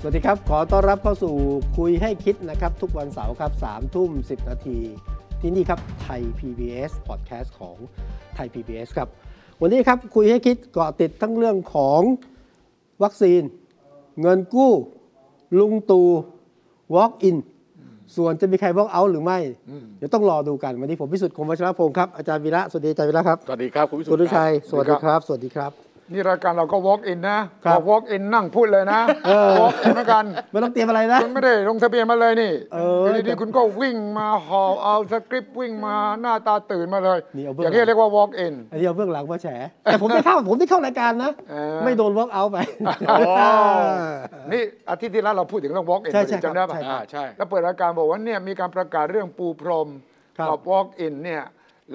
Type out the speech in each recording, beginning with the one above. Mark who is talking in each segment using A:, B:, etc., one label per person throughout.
A: สวัสดีครับ ขอต้อนรับเข้าสู่คุยให้คิดนะครับ ทุกวันเสาร์ครับสามทุ่มสินาที ที่นี่ครับไทย PBS Podcast ของไทย PBS ครับ วันนี้ครับคุยให้คิดเกาะติดทั้งเรื่องของวัคซีน เงินกู้ ลุงตู่ Walk in ส่วนจะมีใคร Walk out หรือไม่ เดี๋ยวต้องรอดูกัน วันนี้ผมพิสุทธิ์คมวัชรพงศ์ครับอาจารย์วีระสวัสดีอาจารย์วีระครับ
B: สวัสดีครับ คุณวิสุท
A: คุณ
B: ธิ์
A: ลุชัยสวัสดีค
B: บ
A: รับ สวัสดีครับ
C: นี่รายการเราก็ walk in นะครับ บอก walk in นั่งพูดเลยนะ
A: เออ
C: walk in เหมือนกัน
A: ไม่ต้องเตรียมอะไรนะ
C: คุณไม่ได้ลงทะเบียนมาเลยนี่
A: เออ
C: อยู่ดีๆคุณก็วิ่งมาหอบเอาสคริปต์วิ่งมาหน้าตาตื่นมาเลย
A: นี่เอาเบื้อง
C: อย่างนี้เรียกว่า walk in
A: อันนี้เอาเบื้องหลังมาแฉแต่ผมได้เข้า ผมได้เข้ารายการนะ
C: เออ
A: ไม่โดนวอล์กเอาไป
C: นี่อาทิตย์ที่แล้วเราพูดถึงเรื่อง walk in
A: ใช่ใช่
C: จำได้
A: ครับ
C: ปะ
A: ใช่ครับ
B: อ่าใช่
C: แล้วเปิดรายการบอกว่าเนี่ยมีการประกาศเรื่องปูพรม
A: ครับ
C: กั walk in เนี่ย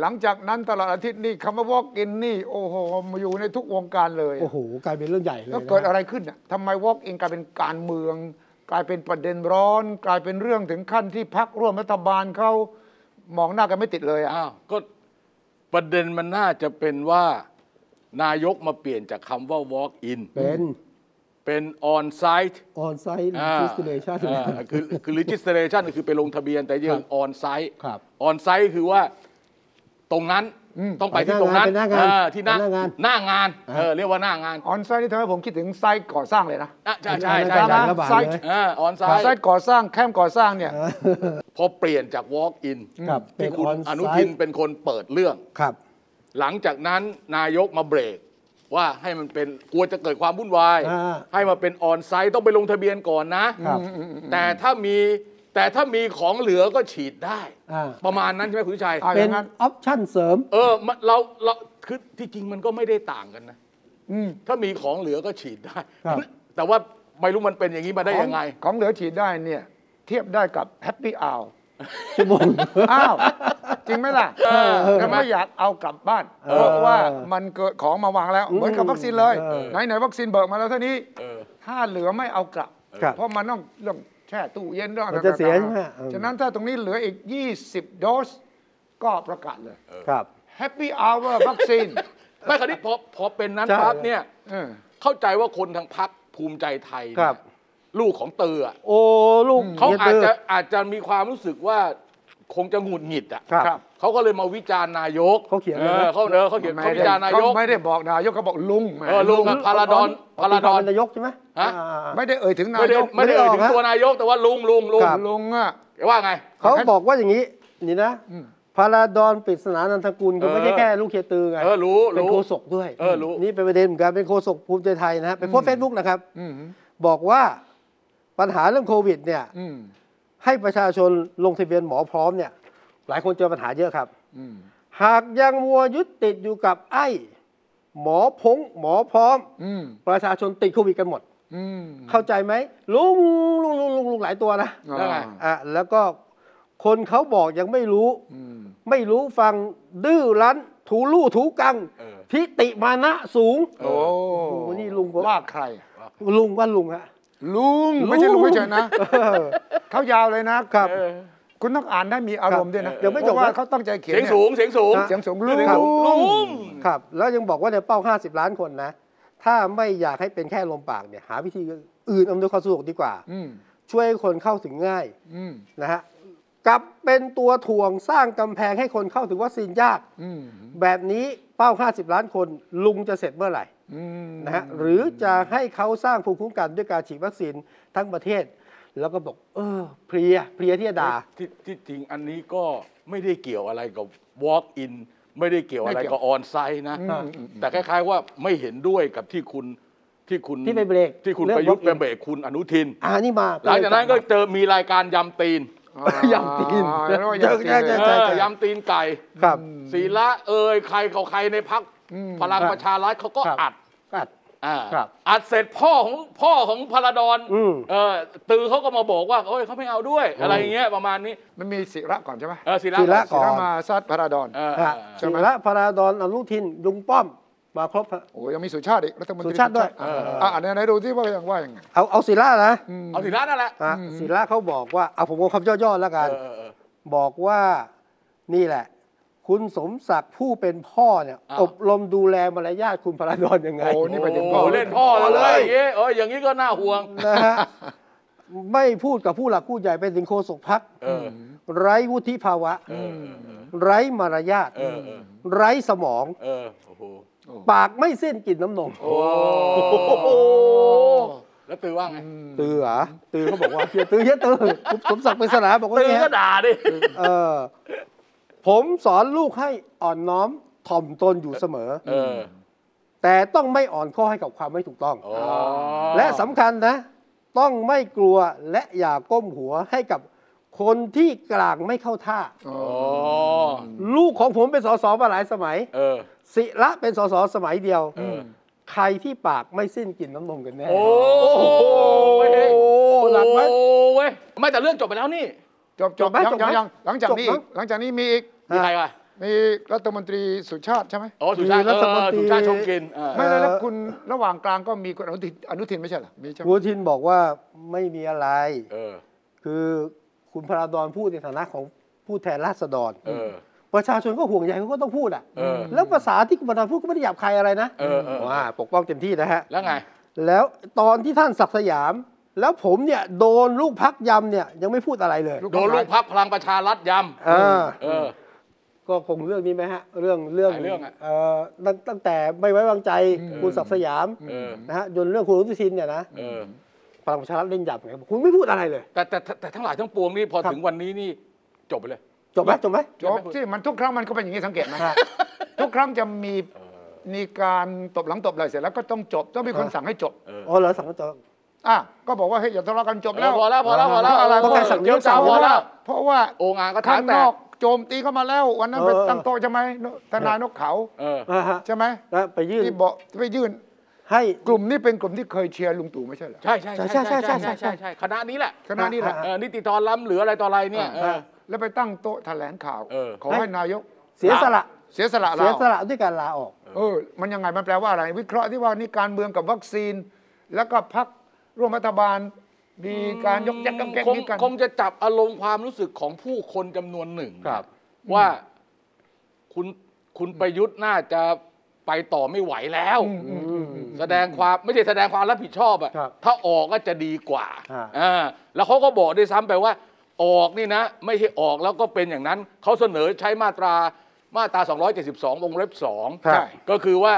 C: หลังจากนั้นตลอดอาทิตย์นี่คำว่า walk in นี่โอ้โหมาอยู่ในทุกวงการเลย
A: โอ้โห กลายเป็นเรื่องใหญ่เลย
C: แล้ว
A: นะ
C: เกิดอะไรขึ้นน่ะทำไมวอล์กอินกลายเป็นการเมือง กลายเป็นประเด็นร้อน กลายเป็นเรื่องถึงขั้นที่พักร่วมรัฐบาลเขามองหน้ากันไม่ติดเลยอ่ะ
B: อ้าวก็ประเด็นมันน่าจะเป็นว่า นายกมาเปลี่ยนจากคำว่า walk in
A: เป็น
B: เป็น on site
A: ออนไซต์
B: อ่า
A: ดิสติเลชัน
B: อ่าคือคือ registration คือไปลงทะเบียนแต่ยัง on site
A: ครับ
B: on site คือว่าตรงนั้นต้องไปที่ตรงนั้น
A: ไปหน้างาน
B: อ่ที่หน้า
A: ไปหน้างาน
B: หน้างานเออเรียกว่าหน้างาน
C: ออนไซต์นี่ทำให้ผมคิดถึงไซต์ก่อสร้างเลยนะ
B: อ่ะใช่ใช่
A: อา
B: ใช่
A: จารย์
C: ใช่
B: ใช่
A: ระบาด
C: ใช่
A: เลย
B: อ่า on
C: ไซ
B: site
C: ต์ก่อสร้างแคมป์ก่อสร้างเนี่ย
B: พอเปลี่ยนจาก walk in
A: ครับเป็
B: ที่
A: น
B: คุ
A: อ
B: ณ
A: อนไซ
B: อนุทิน
A: ต์
B: เป็นคนเปิดเรื่อง
A: ครับ
B: หลังจากนั้นนายกมาเบรก ว่าให้มันเป็นกลัวจะเกิดความวุ่นวาย
A: อ่า
B: ให้มาเป็นออนไซต์ต้องไปลงทะเบียนก่อนนะ
A: ครับ
B: แต่ถ้ามีแต่ถ้ามีของเหลือก็ฉีดได้
A: อ่า
B: ประมาณนั้นใช่ไหมคุณชัย
C: เอาอ
A: เป็น
C: ย่างนั้น
A: ออปชั่นเสริม
B: เออมันเราเราคือที่จริงมันก็ไม่ได้ต่างกันนะ
C: อืม
B: ถ้ามีของเหลือก็ฉีดได้
A: ครับ
B: แต่ว่าไม่รู้มันเป็นอย่างนี้มาได้ยังไง
C: ของของเหลือฉีดได้เนี่ย เทียบได้กับแฮปปี้อ u r
A: ชั่วโมง
C: อ้าว จริงไหมล่ะ
B: เออ
C: แล้วไม่อยากเอากลับบ้าน
A: เออ
C: เพราะว่ามันเกิดของมาวางแล้ว เหมือนกับวัคซีนเลย
A: เออ
C: ไหนไหนๆวัคซีนเบิกมาแล้วเท่านี้
B: เออ
C: ถ้าเหลือไม่เอากลับ
A: ครับ
C: เพราะมันต้องเรื่องแช่ตู้เย็นเรื่อง
A: มันจะเสีย
C: ต่างๆ
A: ใช่ไหมเออ
C: ฉะนั้นถ้าตรงนี้เหลืออีก 20 โดส ก็ประกาศเลย
A: ครับ
C: Happy Hour วัคซี น
B: ไม่คราวนี้พอพอเป็นนั้น
A: ใช่
B: ปั๊บเนี่ย
C: เออ
B: เข้าใจว่าคนทางพักภูมิใจไทยเนี่ย
A: ครับ
B: ลูกของเตออะ
A: โอ้ลูก
B: เขาอา
A: ฮีย
B: จ
A: ตื้
B: จะอาจจะมีความรู้สึกว่าคงจะหงุดหงิดอ่ะ
A: ครับ
C: ครับ
B: เขาก็เลยมาวิจารณ์นายก
A: เขาเขียนเล
B: เลย
A: นะ
B: เขาเออเขาเขียนเขาวิจารณ์นายก
C: เขไม่ได้บอกนายกเขาบอกลุงแหม
B: เออลุงอะพาราดอนพาราดอน
A: เป็นนายกใช่ไหม
B: ฮะ
A: อ่าอ่าอ่า
C: ไม่ได้เอ่ยถึงนา
B: ไม่
C: ย
B: ได้
C: ก
B: ไม่ได้เอ่ยถึง
A: ไม่ได้ออกนะ
B: ตัวนายกแต่ว่าลุงลุงลุง
A: ครับ
C: ลุงอ่ะ
B: แกว่าไง
A: เขาบอกว่าอย่างนี้ นี่นะพาราดอนปริศนานันทกุลก็ไม่ใช่
B: เออ
A: แค่ลูกเฮียตือไง
B: เออรู้รู้
A: เป็นโฆษกด้วย
B: เออรู้
A: นี่เป็นประเด็นเหมือนกันเป็นโฆษกภูมิใจไทยนะฮะเป็นโพสเฟซบุ๊กนะครับ บอกว่าปัญหาเรื่องโควิดเนี่ย
C: อืม
A: ให้ประชาชนลงทะเบียนหมอพร้อมเนี่ย หลายคนเจอปัญหาเยอะครับ
C: อืม
A: หากยังมัวยึดติดอยู่กับไอ้ หมอพงหมอพร้อม
C: อืม
A: ประชาชนติดโควิดกันหมด
C: อืม
A: เข้าใจไหมลุงลุงลุงลุงลุงหลายตัวนะ
B: แล้วไง
A: อ่ะแล้วก็คนเขาบอกยังไม่รู้
C: อืม
A: ไม่รู้ฟังดื้อรั้น ถูลู่ถูกัง
B: เออ
A: ทิติมานะสูง
C: โอ้
A: โอ้โหนี่ลุงผม
C: ว่าใคร
A: ลุงว่าลุงฮะ
C: ลุง ไม่ใช่ลุงไม่ใช่นะ
A: เออ
C: เขายาวเลยนะครับ
B: เออ
C: คุณต้องอ่านได้มีอารมณ์ด้วยนะ
A: เดี๋ยวไม่จบ
C: พราะว่าเขาตั้งใจเขียน
B: เสียง
C: นี่
B: สูงเสียงสูง
C: เสียงสูงลุง
A: ครับ
B: ลุง
A: ครับ แล้วยังบอกว่าเนี่ยเป้า 50 ล้านคนนะ ถ้าไม่อยากให้เป็นแค่ลมปากเนี่ย หาวิธีอื่นอำนวยความสะดวกดีกว่า
C: อืม
A: ช่วยให้คนเข้าถึงง่าย
C: อืม
A: นะฮะกลับเป็นตัวถ่วงสร้างกำแพงให้คนเข้าถึงวัคซีนยาก
C: อืม
A: แบบนี้เป้า 50 ล้านคนลุงจะเสร็จเมื่อไหร่
C: อืม
A: นะฮะหรือจะให้เขาสร้างภูมิคุ้มกันด้วยการฉีดวัคซีนทั้งประเทศ แล้วก็บอก เออ เพลียเพลียที่จะด่า
B: ที่ที่จริงอันนี้ก็ไม่ได้เกี่ยวอะไรกับ walk in ไม่ได้เกี่ยวอะไรกับออนไซต์นะ
A: อืม
B: แต่คล้ายๆว่าไม่เห็นด้วยกับที่คุณที่คุณ
A: ที่ไปเบรก
B: ที่คุณ
A: เรื่อง
B: ประยุทธ์ไป
A: walk in
B: เบรกคุณอนุทิน
A: อ่านี่มา
B: หลังจากนั้นก็เจอมีรายการยำตีน
C: อ่
A: ยำตีน
C: เรียกว่ายำตีน
A: เยอะแยะ
C: เลย
A: ใช่
B: เอ
A: ใช่
B: อยำตีนไก่
A: ครับ
B: ศีละเอ่ยใครเขาใครในพักพลัง
A: ครับ
B: ประชารัฐเขาก็
A: ครับ
B: อัด
A: อัด
B: อ่า
A: ครับ
B: อัดเสร็จพ่อของพ่อของพลาดอน
A: อืม
B: เออตือเขาก็มาบอกว่าโอ้ยเขาไม่เอาด้วย
A: อืม
B: อะไรอย่างเงี้ยประมาณนี้
C: มันมีศิระก่อนใช่ไหม
B: เออศิระ
A: ศิระ ก่อน
C: ศิระมาซัดพระราดอน
B: เออ
A: ฮะ
B: เออ
C: ใช่
A: สุ
C: ไหม
A: รพราดอนอนุทินลุงป้อมมาครบฮะ
C: โอ้ยังมีสุชาติอีกรัฐมนตรี
A: สุชาติด้วย
C: อ่ะอันไหนๆดูที่ว่ายังว่ายังไง
A: เอาเอาศิระนะ
B: เอาศิระนั่นแหละ
A: ฮะศิระเขาบอกว่าเอาผมเอาคำย่อๆแล้วกัน
B: เออเออ
A: บอกว่านี่แหละ คุณสมศักดิ์ผู้เป็นพ่อเนี่ย
B: อ้าว
A: อบรมดูแลมารยาทคุณพราดอนยังไง
C: โอ้นี่ไปถึงพ่
B: โอ้
C: อ
B: โหเล่นพ่อ
A: พ่อ
B: เล
A: เลย ย
B: อย่างงี้เอออย่างงี้ก็น่าห่วง
A: นะฮะ ไม่พูดกับผู้หลักผู้ใหญ่เป็นถึงโฆษกพัก
B: เออ
A: ไร้วุฒิภาวะ
B: เออ
A: ไร้มารยาท
B: เออเออ
A: ไร้สมอง
B: เออโอ้โห
A: ปากไม่สิ้นกลินน้ำนม
B: โอ้โหแล้วตือว่าไง
A: ตือเหรอตือเขาบอกว่าเฮียตือเฮียตือคุณสมศักดิ์เป็นสนาบอกว่า
B: ตือ
A: เนี่ย
B: ก็ด่าดิ
A: เออผมสอนลูกให้อ่อนน้อมถ่อมตนอยู่เสมอ
B: เออ
A: แต่ต้องไม่อ่อนข้อให้กับความไม่ถูกต้อง
B: โอ้
A: และสำคัญนะ ต้องไม่กลัวและอย่าก้มหัวให้กับคนที่กลางไม่เข้าท่า
B: โอ้
A: ลูกของผมเป็นสสมาหลายสมัย
B: เออ
A: ศิระเป็นสสสมัยเดียว
B: เออ
A: ใครที่ปากไม่สิ้นกลินน้ำนมกันแน่
B: โอ้
A: โอ้โหหลักไหม
B: โอ้เว้ยไม่แต่เรื่องจบไปแล้วนี่
C: จบ
A: จ
C: จ
A: บบ ไหม
C: ยัง
A: จบไหม
C: ยังยังหลังจากนี้
A: จบมั้
C: อี
A: ง
C: กหลังจากนี้มีอีก
B: มีใครวะ
C: มีรัฐมนตรีสุชาติใช่ไหม
B: อ๋อสุชาติ
A: มีรัฐม
B: เอน อ
A: ตรี
B: สุชาติชมกลินเออ
C: ไม่แล้วคุณระหว่างกลางก็มีคุณอนุทินอนุทินไม่ใช่เหรอมีใช่ไหม
A: วุฒินบอกว่าไม่มีอะไร
B: เออ
A: คือคุณพราดอนพูดในฐานะของผู้แทนราษฎร
B: เออ
A: ประชาชนก็ห่วงใยเขาก็ต้องพูดอ่ะ
B: เออ
A: แล้วภาษาที่คุณพราดอนพูดก็ไม่ได้หยาบคายอะไรนะ
B: เออเออ
A: ว่าปกป้องเต็มที่นะฮะ
B: แล้วไง
A: แล้วตอนที่ท่านศักดิ์สยาม แล้วผมเนี่ยโดนลูกพักยำเนี่ยยังไม่พูดอะไรเลย
B: โดนลูกพักพลังประชารัฐยำ
A: อ่า
B: เออ
A: ก็คงเรื่องนี้ไหมฮะ เรื่องเรื่อง
B: หลายเรื่องอะ
A: เอ่อตั้งตั้งแต่ไม่ไว้วางใจคุณศักดิ์สยาม
B: เออ
A: นะฮะจนเรื่องคุณอนุทินเนี่ยนะ
B: เออ
A: พลังประชารัฐเล่นหยาบไงคุณไม่พูดอะไรเลย
B: แต่แต่แต่แต่ทั้งหลายทั้งปวงนี่พอ
A: ครับ
B: ถึงวันนี้นี่จบไปเลย
A: จบไหมจบไหม
C: จบที่มันทุกครั้งมันก็เป็นอย่างนี้สังเกตไหม
A: ฮะ
C: ทุกครั้งจะมีมีการตบหลังตบไหลเสร็จแล้วก็ต้องจบต้องมีคน
A: ฮะ
C: สั่งให้จบ
A: อ๋อเหรอสังกัดจบ
C: อ่ะก็บอกว่าเฮ้ยอย่าทะเลาะกันจบแล้ว
B: พอแล้วพอแล้วพอแล้ว
A: อะไร
B: พอ
A: ต้อง
B: แล้
A: กาว รสั่ง
B: เดี๋ยว
A: สั่
B: จ้าง พอแล้ว
C: เพราะว่า
B: โอ้งานก็ถา
C: ข้าม ง
B: แต่
C: นอกโจมตีเข้ามาแล้ว วันนั้นไป
A: เออ
C: ตั้งโต๊ะใช่ไหมทนายนกเขา
B: เออ
A: อ่าฮะ
C: ใช่ไหม
A: แล้วไปยื่น
C: ที่บอกไปยื่น
A: ให้
C: กลุ่มนี้เป็นกลุ่มที่เคยเชียร์ลุงตู่ไม่ใช่เหรอ
B: ใช่ใช่ใช่คณะนี้แหละ
C: คณะนี้แหละ
B: เออนิติธรล้ำเหลืออะไรต่ออะไรเนี่ย เออ
C: แล้วไปตั้งโต๊ะแถลงข่าว
B: เออ
C: ขอให้นายก
A: เสียสละ
C: เสียสละ
A: เสี
C: เรา
A: ยสละด้วยการลาออก
C: เออ มันยังไงมันแปลว่าอะไร วิเคราะห์ที่ว่านี่การเมืองกับวัคซีน แล้วก็พักร่วมรัฐบาลมีการยกยักกำแกง
B: คง
C: นี้กัน
B: คงจะจับอารมณ์ความรู้สึกของผู้คนจำนวนหนึ่ง
A: ครับ
B: ว่าคุณคุณประยุทธ์น่าจะไปต่อไม่ไหวแล้ว แสดงความไม่ใช่แสดงความรับผิดชอบอะ
A: ครับ
B: ถ้าออกก็จะดีกว่า
A: อ่า
B: อ่าแล้วเขาก็บอกด้วยซ้ำไปว่า ออกนี่นะ ไม่ใช่ออกแล้วก็เป็นอย่างนั้น เขาเสนอใช้มาตรามาตรา 272 วงเล็บ
C: ครับ
B: 2 ก็คือว่า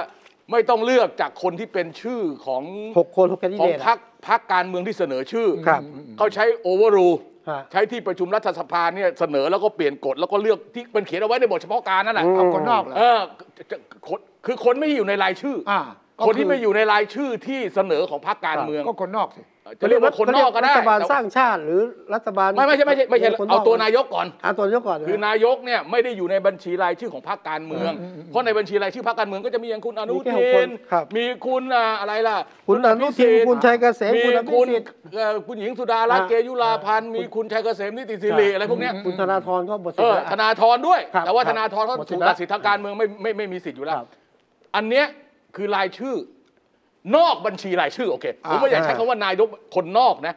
B: ไม่ต้องเลือกจากคนที่เป็นชื่อของ
A: หกคนหกแคนดิ
B: ของ
A: เดตอะ
B: พักพักการเมืองที่เสนอชื่อ
A: ครับ
B: เขาใช้โอเวอร์รู
A: ฮะ
B: ใช้ที่ประชุมรัฐสภาเนี่ยเสนอแล้วก็เปลี่ยนกฎแล้วก็เลือกที่มันเขียนเอาไว้ในบทเฉพาะการนั่นแหละ
C: เอาคนนอกเหรอ
B: เออจะจะคนคือคนไม่อยู่ในรายชื่ออา
C: ก็คือ
B: คนที่ไม่อยู่ในรายชื่อที่เสนอของพรรคการเมือง
C: ก็คนนอกสิ
B: จะเรียกว่าคนนอกก็ได้
A: รัฐบาล
B: แต่
A: สร้างชาติหรือรัฐบาล
B: ไม่ไม่ใช่ไม่ใช่ไม่ใช่
A: คนก
B: เอาตัวนายกก่อน
A: เอาตัวนายกก่อนนะ
B: คือนายกเนี่ยไม่ได้อยู่ในบัญชีรายชื่อของพรรคการเมือง เพราะในบัญชีรายชื่อพรรคการเมืองก็จะมีอย่างคุณอนุ
A: มีแค่ห
B: ทิ
A: กคน
B: น
A: ครับ
B: มีคุณอ่าอะไรล่ะ
A: คุณอนุทิน
B: ภิสิทธิ์
A: คุณชัยเกษม
B: มี
A: คุณอภิ
B: คุณ
A: สิทธิ์
B: เอ่อคุณหญิงสุดารัตน์
A: อ่า
B: เกยุราพันธ์มีคุณชัยเกษมนิติสิริ
A: ครับ
B: อะไรพวกเนี้ย
A: คุณธนาธรก็หมดสิ
B: เอ
A: ท
B: อ
A: ธิ์
B: ธ
A: แล้ว
B: นาธรด้วย
A: ครับ
B: แต่ว่า
A: ครั
B: ธ
A: บ
B: นาธรเขา
A: หมดสิท
B: ถู
A: ธิ์แล้ว
B: กตัดสิทธิ์ทางการเมืองไม่ไม่ไม่มีสิทธิ์อยู่แล้ว
A: ครับ
B: อันเนี้ยคือรายชื่อนอกบัญชีรายชื่อโอเคผมไม่อยากใช้
A: อ่า
B: คำว่านายกคนนอกนะ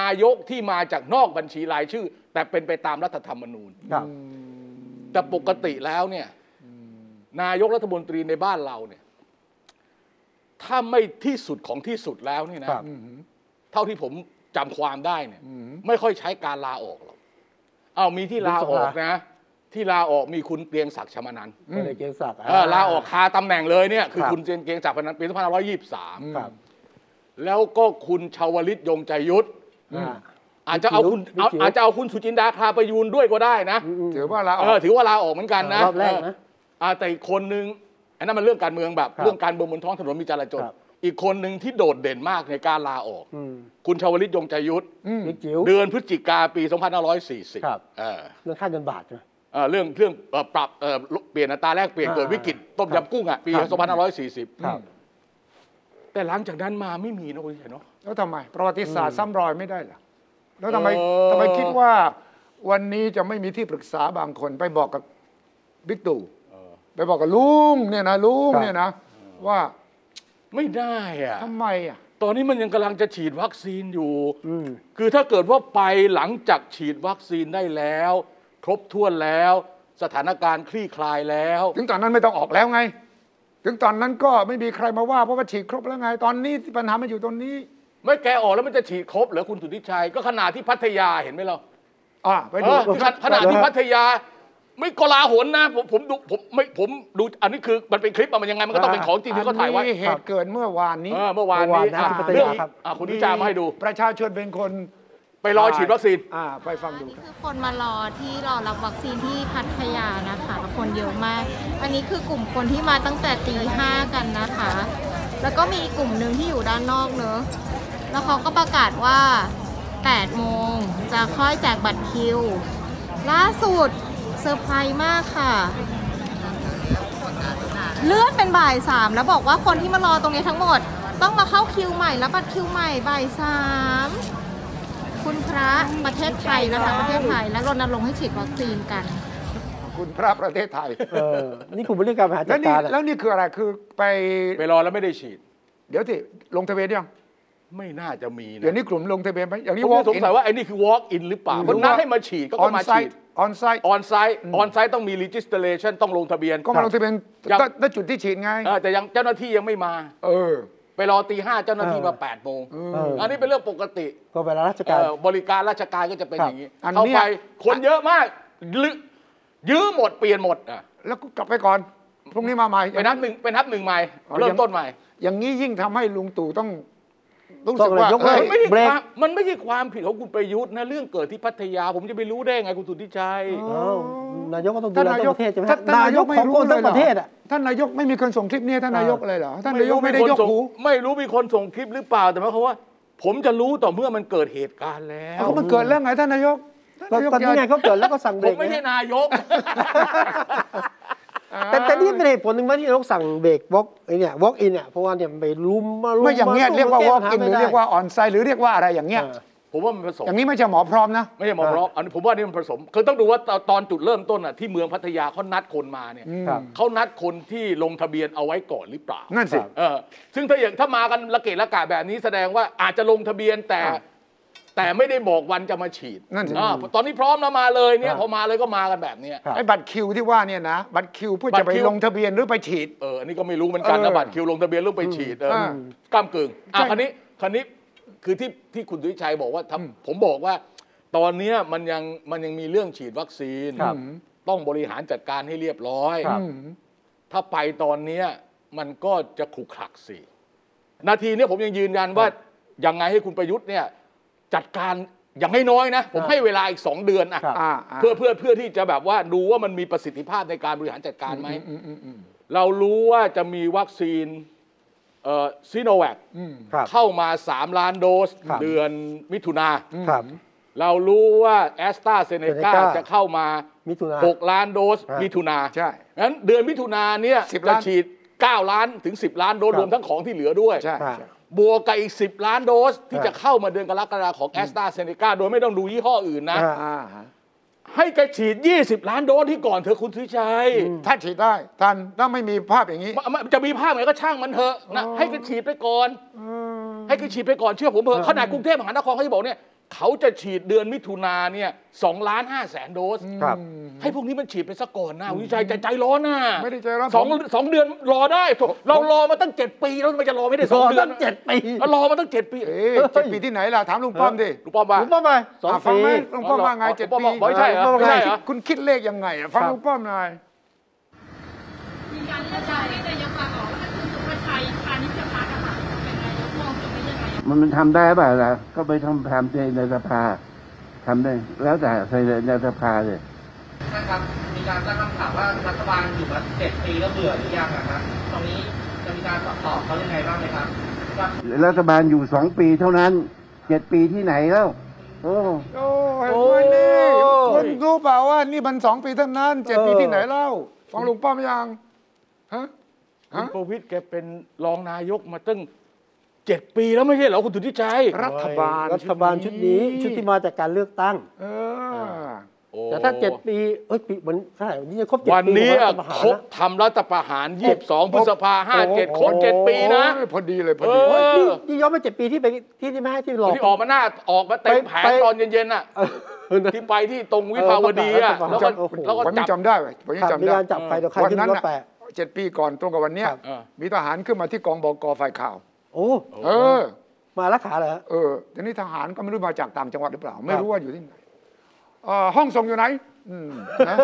B: นายกที่มาจากนอกบัญชีรายชื่อ แต่เป็นไปตามรัฐธรรมนูญ
A: ครับ
B: แต่ปกติแล้วเนี่ยนายกรัฐมนตรีในบ้านเราเนี่ย ถ้าไม่ที่สุดของที่สุดแล้วนี่นะครับ เท่าที่ผมจำความได้เนี่ย ไม่ค่อยใช้การลาออกหรอกเอามีที่ลาออกนะ ที่ลาออกมีคุณเกรียงศักดิ์ชมานันท์
A: คนในเกียงศักดิ์ะ
B: เออลาออกคาตำแหน่งเลยเนี่ย คือ
A: ครับ
B: คุณเกรียงศักดิ์ชมานันท์ปี2523
A: ครับ
B: แล้วก็คุณชาวลิตยงใจยุทธ
A: อ่า
B: อาจจะเอาคุณ
A: วิจิตร
B: อาจจะเอาคุณสุจินดาคราประยูนด้วยก็ได้นะ
C: ถือว่าเราอ
B: เอ
C: อ
B: อก ถือว่าลาออกเหมือนกันนะ
A: รอบแรกนะ
B: อ่าแต่อีกคนนึงอันนั้นมันเรื่องการเมืองแบบ
A: ครับ
B: เรื่องการเมืองบนท้องถนนมีจราจร
A: ครับ
B: อีกคนหนึ่งที่โดดเด่นมากในการลาออก
A: อืม
B: คุณชาวลิตยงใจยุทธ
A: นิกจิ๋ว
B: เดือนพฤศจิกาปี 2540
A: ครับ
B: เออ
A: เรื่องค่าเงินบาทใช่ไหม
B: เอ่อเรื่องเรื่องเอ่อปรับเอ่อเปลี่ยนอัตราแลกเปลี่ยน
A: อ่า
B: เกิดวิกฤตต้ม
A: ครับ
B: ยำกุ้งอ่ะปี
A: ครับ
B: 2540
A: ครับ
B: แต่หลังจากนั้นมาไม่มีนะคุณเฉยเนาะ
C: แล้วทำไม ประวัติศาสตร์ซ้ำรอยไม่ได้เหรอแล้วทำไม
B: เออ
C: ทำไมคิดว่าวันนี้จะไม่มีที่ปรึกษาบางคนไปบอกกับบิ๊กตู่ไปบอกกับลุงเนี่ยนะลุง
A: ครับ
C: เนี่ยนะว่า
B: ไม่ได้อะ
C: ทำไมอ่ะ
B: ตอนนี้มันยังกำลังจะฉีดวัคซีนอยู่
A: อืม
B: คือถ้าเกิดว่าไปหลังจากฉีดวัคซีนได้แล้ว ครบถ้วนแล้ว สถานการณ์คลี่คลายแล้ว
C: ถึงตอนนั้นไม่ต้องออกแล้วไง ถึงตอนนั้นก็ไม่มีใครมาว่าเพราะว่าฉีดครบแล้วไง ตอนนี้ปัญหามันอยู่ตรงนี้
B: ไม่แกออกแล้วมันจะฉีดครบเหรอคุณสุทธิชัยก็ขนาดที่พัทยาเห็นไหมเรา
C: อ่ะไป
B: เออ
C: ดู
B: ขนาดขนาดที่
A: ไปดูฮะ
B: พัทยา ไม่กลาหนนะผมผมดูผมไม่ผมดูอันนี้คือมันเป็นคลิปอะมันยังไงมันก็ต้องเป็นของจริงที่เขาถ่ายไว้
C: อันนี้เหตุเกิดเมื่อวานนี้
B: เออเมื่อวาน
A: เมื่อวาน
B: นี้
A: นะที่พัทยา
B: เรื่อง
A: ครับ
B: อ่ะคุณนิจามาให้ดู
C: ประชาชนเป็นคน
B: ไปรอฉีดวัคซีน
C: อ่าไปฟังดู
D: นี่
C: ครับ
D: คือคนมารอที่รอรับวัคซีนที่พัทยานะคะแล้วคนเยอะมาก อันนี้คือกลุ่มคนที่มาตั้งแต่ตีห้ากันนะคะ แล้วก็มีอีกกลุ่มหนึ่งที่อยู่ด้านนอกเนอะแล้วเขาก็ประกาศว่า 8 โมงจะค่อยแจกบัตรคิว ล่าสุดเซอร์ไพรส์มากค่ะ เลื่อนเป็นบ่ายสามแล้วบอกว่าคนที่มารอตรงนี้ทั้งหมด ต้องมาเข้าคิวใหม่แล้วบัตรคิวใหม่บ่ายสาม คุณพระประเทศไทยนะคะประเทศไทย และรณรงค์ให้ฉีดวัคซีนกัน
C: คุณพระประเทศ ไทย
A: เออนี่คุณเป็นเรื่องการบริหาร
C: แล้
A: จั
C: ว
A: ด
C: นี่
A: การ
C: แล้
A: อะ
C: วนี่คืออะไรคือไป
B: ไปรอแล้วไม่ได้ฉีด
C: เดี๋ยวที่ลงทะเบียนยัง
B: ไม่น่าจะมีนะ
C: เดี๋ยวนี้กลุ่มลงทะเบียนไหมอย่างนี้
B: ผมยัง
C: walk
B: สง
C: in
B: สัยว่าไอ้นี่คือ walk in หรือเปล่าเพราะนัดให้มาฉีดก็ต้องมาฉีด
C: on-site on-site
B: ออนไซต์ออนไซต์ต้องมี registration ต้องลงทะเบียน
C: ก็มาลงทะเบียน
B: ครับ
C: ก็ณจุดที่ฉีดไง
B: เออแต่ยังเจ้าหน้าที่ยังไม่มา
C: เออ
B: ไปรอตีห้าเจ้าหน้าที่มา8ปดโมง
A: เออ
B: อันนี้เป็นเรื่องปกติ
A: ก็เวลาราช
B: เอ่
A: การ
B: อบริการราชการก็จะเป็น
A: ครั
B: อบ ย่างนี้
C: อัน
B: เข้า
C: เนี้ย
B: ไปคนเยอะมากลึยื้อหมดเปลี่ยนหมดอ่ะ
C: แล้วก็กลับไปก่อนพรุ่งนี้มาใหม่
B: ไปนับหนึ่งไปนับหนึ่งใหม่
C: เอา
B: เริ่
C: ยั
B: ม
C: ง
B: ต้นใหม่
C: อย่างนี้ยิ่งทำให้ลุงตู่ต้องรู้
A: ต้
C: สึ
A: อง
C: กว่า
A: เลยยกเลิก
C: เฮ้ย
B: มันไม่
A: เบ
B: ใช่
A: รก
B: ความมันไม่ใช่ความผิดของคุณประยุทธ์นะเรื่องเกิดที่พัทยา ผมจะไปรู้ได้ไงคุณสุทธิชัย
A: เอ้านายกก็ต้องดู
C: ท่าน
A: แล
C: นา
A: ทั้ง
C: ย
A: ป
C: ก
A: ระเทศใช่ไหม
C: ท่า
A: ฮะ
C: นท่า
A: นาน
C: นาย ย
A: ก
C: กไม่
A: ของ
C: รู้
A: คน
C: เล
A: ทั้
C: ย
A: ง
C: เหร
A: ป
C: อ
A: ระเทศอ่ะ
C: ท่านนายกไม่มีคนส่งคลิปนี้ให้ท่านนายกเลยเหรอท่านนายกไม่ได้
B: รู้
C: ยก
B: คนส่ง
C: หู
B: ไม่รู้มีคนส่งคลิปหรือเปล่าแต่หมายความว่า ผมจะรู้ต่อเมื่อมันเกิดเหตุการณ์แล้ว
C: เขามันเกิดเรื่องไงท่านนายก
A: ก็
C: ท่านายก
A: ตอนนี้ไงเขาเกิดแล้วก็สั่งเบ
B: ผ
A: ร
B: ม
A: ก
B: ไม่ใช่
A: นะ
B: นายก
A: แต่แต่นี่เป็นเหตุผลหนึ่งว่าที่นายกสั่งเบรกวอล์กเนี่ย walk in เนี่ยเพราะว่าเนี่ยมันไปลุมมาลุม
C: ไม่อย่างเงี้ย
A: ม
C: เรียกว่า
A: แ
C: วอล์กอินห
A: ปั
C: รื
A: ญ
C: อ
A: ไม่ได้
C: เรียกว่าออนไซต์หรือเรียกว่าอะไรอย่าง
A: เอ
C: เงี้ย
A: อ
B: ผมว่ามันผสม
C: อย่างนี้ไม่ใช่หมอพร้อมนะ
B: ไม่ใช่หมอพร้อมอันนี้ผมว่านี่มันผสมคือต้องดูว่าตอนตอนจุดเริ่มต้นอ่ะที่เมืองพัทยาเขานัดคนมาเนี่ย
A: ครับ
B: เขานัดคนที่ลงทะเบียนเอาไว้ก่อนหรือเปล่า
C: นั่นสิ
B: เออซึ่งถ้าอย่างถ้ามากันละเกะละกะแบบนี้แสดงว่าอาจจะลงทะเบียนแต่
C: อ่า
B: แต่ไม่ได้บอกวันจะมาฉีด
C: นั่นสิ
B: อ่าตอนนี้พร้อมแล้วมาเลยเนี่ย
A: อ่า
B: พอมาเลยก็มากันแบบเนี้ย
A: ครับ
C: ไอ้บัตรคิวที่ว่าเนี่ยนะ บัตรคิวเพื่อ
B: บัตร
C: จะไป
B: คิว
C: ลงทะเบียนหรือไปฉีด
B: เอออันนี้ก็ไม่รู้เหมือนกันนะ
C: เออ
B: บัตรคิวลงทะเบียนลงไปฉีดเออ
C: อ่า
B: ก้ามกึ่งอ่ะ
C: ใช่
B: คันนี้คันนี้คือที่ที่คุณดุยชัยบอกว่าทำผมบอกว่า ตอนเนี้ยมันยังมันยังมีเรื่องฉีดวัคซีน
A: ครับ
B: ต้องบริหารจัดการให้เรียบร้อย
A: ครับ
C: อืม
B: ถ้าไปตอนเนี้ยมันก็จะขลุกขลักสิ นาทีเนี้ยผมยังยืนยันว่ายังไงให้คุณประยุทธ์เนี่ยจัดการอย่างให้น้อยๆนะ ผม
A: ครับ
B: ให้เวลาอีกสองเดือนอะ
A: ครับ
C: อ่าา
B: เพื่อเพื่อเพื่อที่จะแบบว่าดูว่ามันมีประสิทธิภาพในการบริหารจัดการไหม
C: อืมอืมอืม
B: เรารู้ว่าจะมีวัคซีนซีโนแวค
C: อืม
A: ครับ
B: เข้ามา 3 ล้านโดส
A: ครับ
B: เดือนมิถุนา
A: ครับ
B: เรารู้ว่าแอสตราเซเน
A: Seneca
B: กาจะเข้ามา
A: มิถุนา
B: 6 ล้านโดส
A: ครับ
B: มิถุนา
C: ใช่
B: งั้นเดือนมิถุนาเนี่ย
C: สิบ
B: จะ
C: ล้าน
B: ฉีด 9 ล้านถึง 10 ล้านโดส รวมทั้งของที่เหลือด้วย
C: ใช่
A: อ่า
C: ใช่
B: บวกกับอีก 10 ล้านโดส ที่
A: ครับ
B: จะเข้ามาเดือนกรกฎาคมของแอสตราเซเนกาโดยไม่ต้องดูยี่ห้ออื่นนะ
A: อ่า
C: อ่าฮะ
B: ให้แกฉีด 20 ล้านโดสที่ก่อนเธอะคุณสุวิชัย
C: ถ้าฉีดได้ทันถ้าไม่มีภาพอย่างนี้
B: ไม่ไม่จะมีภาพไหนก็ช่างมันเถอะนะให้กันฉีดไปก่อน ให้กันฉีดไปก่อนเชื่อผมเถอะขนาดกรุงเทพมหานครเขาจะบอกเนี่ยเขาจะฉีดเดือนมิถุนาเนี่ยสองล้านห้าแสนโดส
A: ครับ
B: ให้พวกนี้มันฉีดไปซะก่อนนะวิจัยใจใจร้อนนะ
C: ไม่ได้ใจร้อน
B: สอง
C: ผม
B: สองเดือนรอได้โถเรารอมาตั้งเจ็ดปีแล้วมันจะรอไม่ได้สองเดื
A: รอ
B: อน
A: ตั้งเจ็ดปี
B: รอมาตั้งเจ็ดปี
C: เอ๊ะเจ็ดปีที่ไหนล่ะ ถามลุงป้อมดิ
B: ลุงป้อมว่า
A: ผมว่าไปสอง
C: อ่ะฟัง
A: ปี
C: ไหมลุงป้อมว่าไงเจ็ด
B: ลุงป้อม
C: ปี
B: บอกไม่ใช่เหรอ
A: ลุงป้อม
B: ไม่
A: ว่าไง
B: ใช่เหรอ
C: คุณคิดเลขยังไงอ่ะฟังลุงป้อมหน่อย
E: ยืนยันเรื่องการที่นายกลาออกก็คือสุภชัยพานิชพัฒน์นะคะเป็นนายกมองจะไม่ยังไง
F: มันมันทำได้เปล่าล่ะก็ไปทำแผนในสภาทำได้แล้วแต่ในสภาเลย
G: ท่านครับ มีการตั้งคำถามว่ารัฐบาลอยู่มาเจ็ดปีแล้วเบื่อหรือยังอะครับ ตรงนี้จะมีการตอบเขายังไงบ้างไหมครับว่า
F: รัฐบาลอยู่สองปีเท่านั้นเจ็ดปีที่ไหนแล้ว โอ้
C: โอ้เห็นไหมนี่
A: โอ้
C: คุณรู้เปล่าว่านี่มันสองปีเท่านั้นเจ็ด
A: เออ
C: ปีที่ไหนเล่า ฟังลุงป้อมยังฮะ
B: คุ
C: ฮะ
B: ณประวิตยแกเป็นรองนายกมาตั้ง เจ็ดปีแล้วไม่ใช่เหรอคุณสุทธิชัย
C: รัฐบาล
A: รัฐบาลชุดนี้ชุดที่มาจากการเลือกตั้ง
C: เออ
B: โอ้
A: แต่ถ้าเจ็ดปีเอ้ยปีมันเท่าไหร่วันนี้จะครบเจ็ดปี
B: วันนี้
A: ของฐประหาร
B: ครบ
A: นะ
B: ทำรัฐประหาร 22 พฤษภาห้าเจ็ดครบเจ็ดปีนะ
C: โอ้ยพอดีเลยพอ
B: เอ
C: ดี
B: อ
C: เลย
A: นี่นี่ย้อนไปเจ็ดปีที่ไปที่ที่ไม่ให้ที่หลอก
B: ที่ออกมาหน้าออกมาเต็มแผง
A: ไป
B: ตอนเย็นๆน่ะ
A: เออนะ
B: ที่ไปที่ตรงวิภาวดีอ่ะ
A: เออ
B: แล้วก็
A: โอ้โห
B: แล้วก็
C: ผมยั
B: จั
C: ง
B: บ
C: จำได้เว้ยผมยัง
A: ครับ
C: จำ
A: มี
C: ได้
A: การจับใครต่อใคร
C: วัน
A: ขึ้น
C: นั้น
A: รถ
C: น่ะ
A: แปะ
C: เจ็ดปีก่อนตรงกับวันเนี้ย
A: ครับ
B: เออ
C: มีทหารขึ้นมาที่กองบกฝ่ายข่าว
A: โอ้
C: เออ
A: มารักขาเหรอฮะ
C: เออทีนี้ทหารก็ไม่รู้มาจากต่างจังหวัดหรือเปล่า ไม่รู้ว่าอยู่ที่ไหนเอ่อห้องส่งอยู่ไหนอืมนะ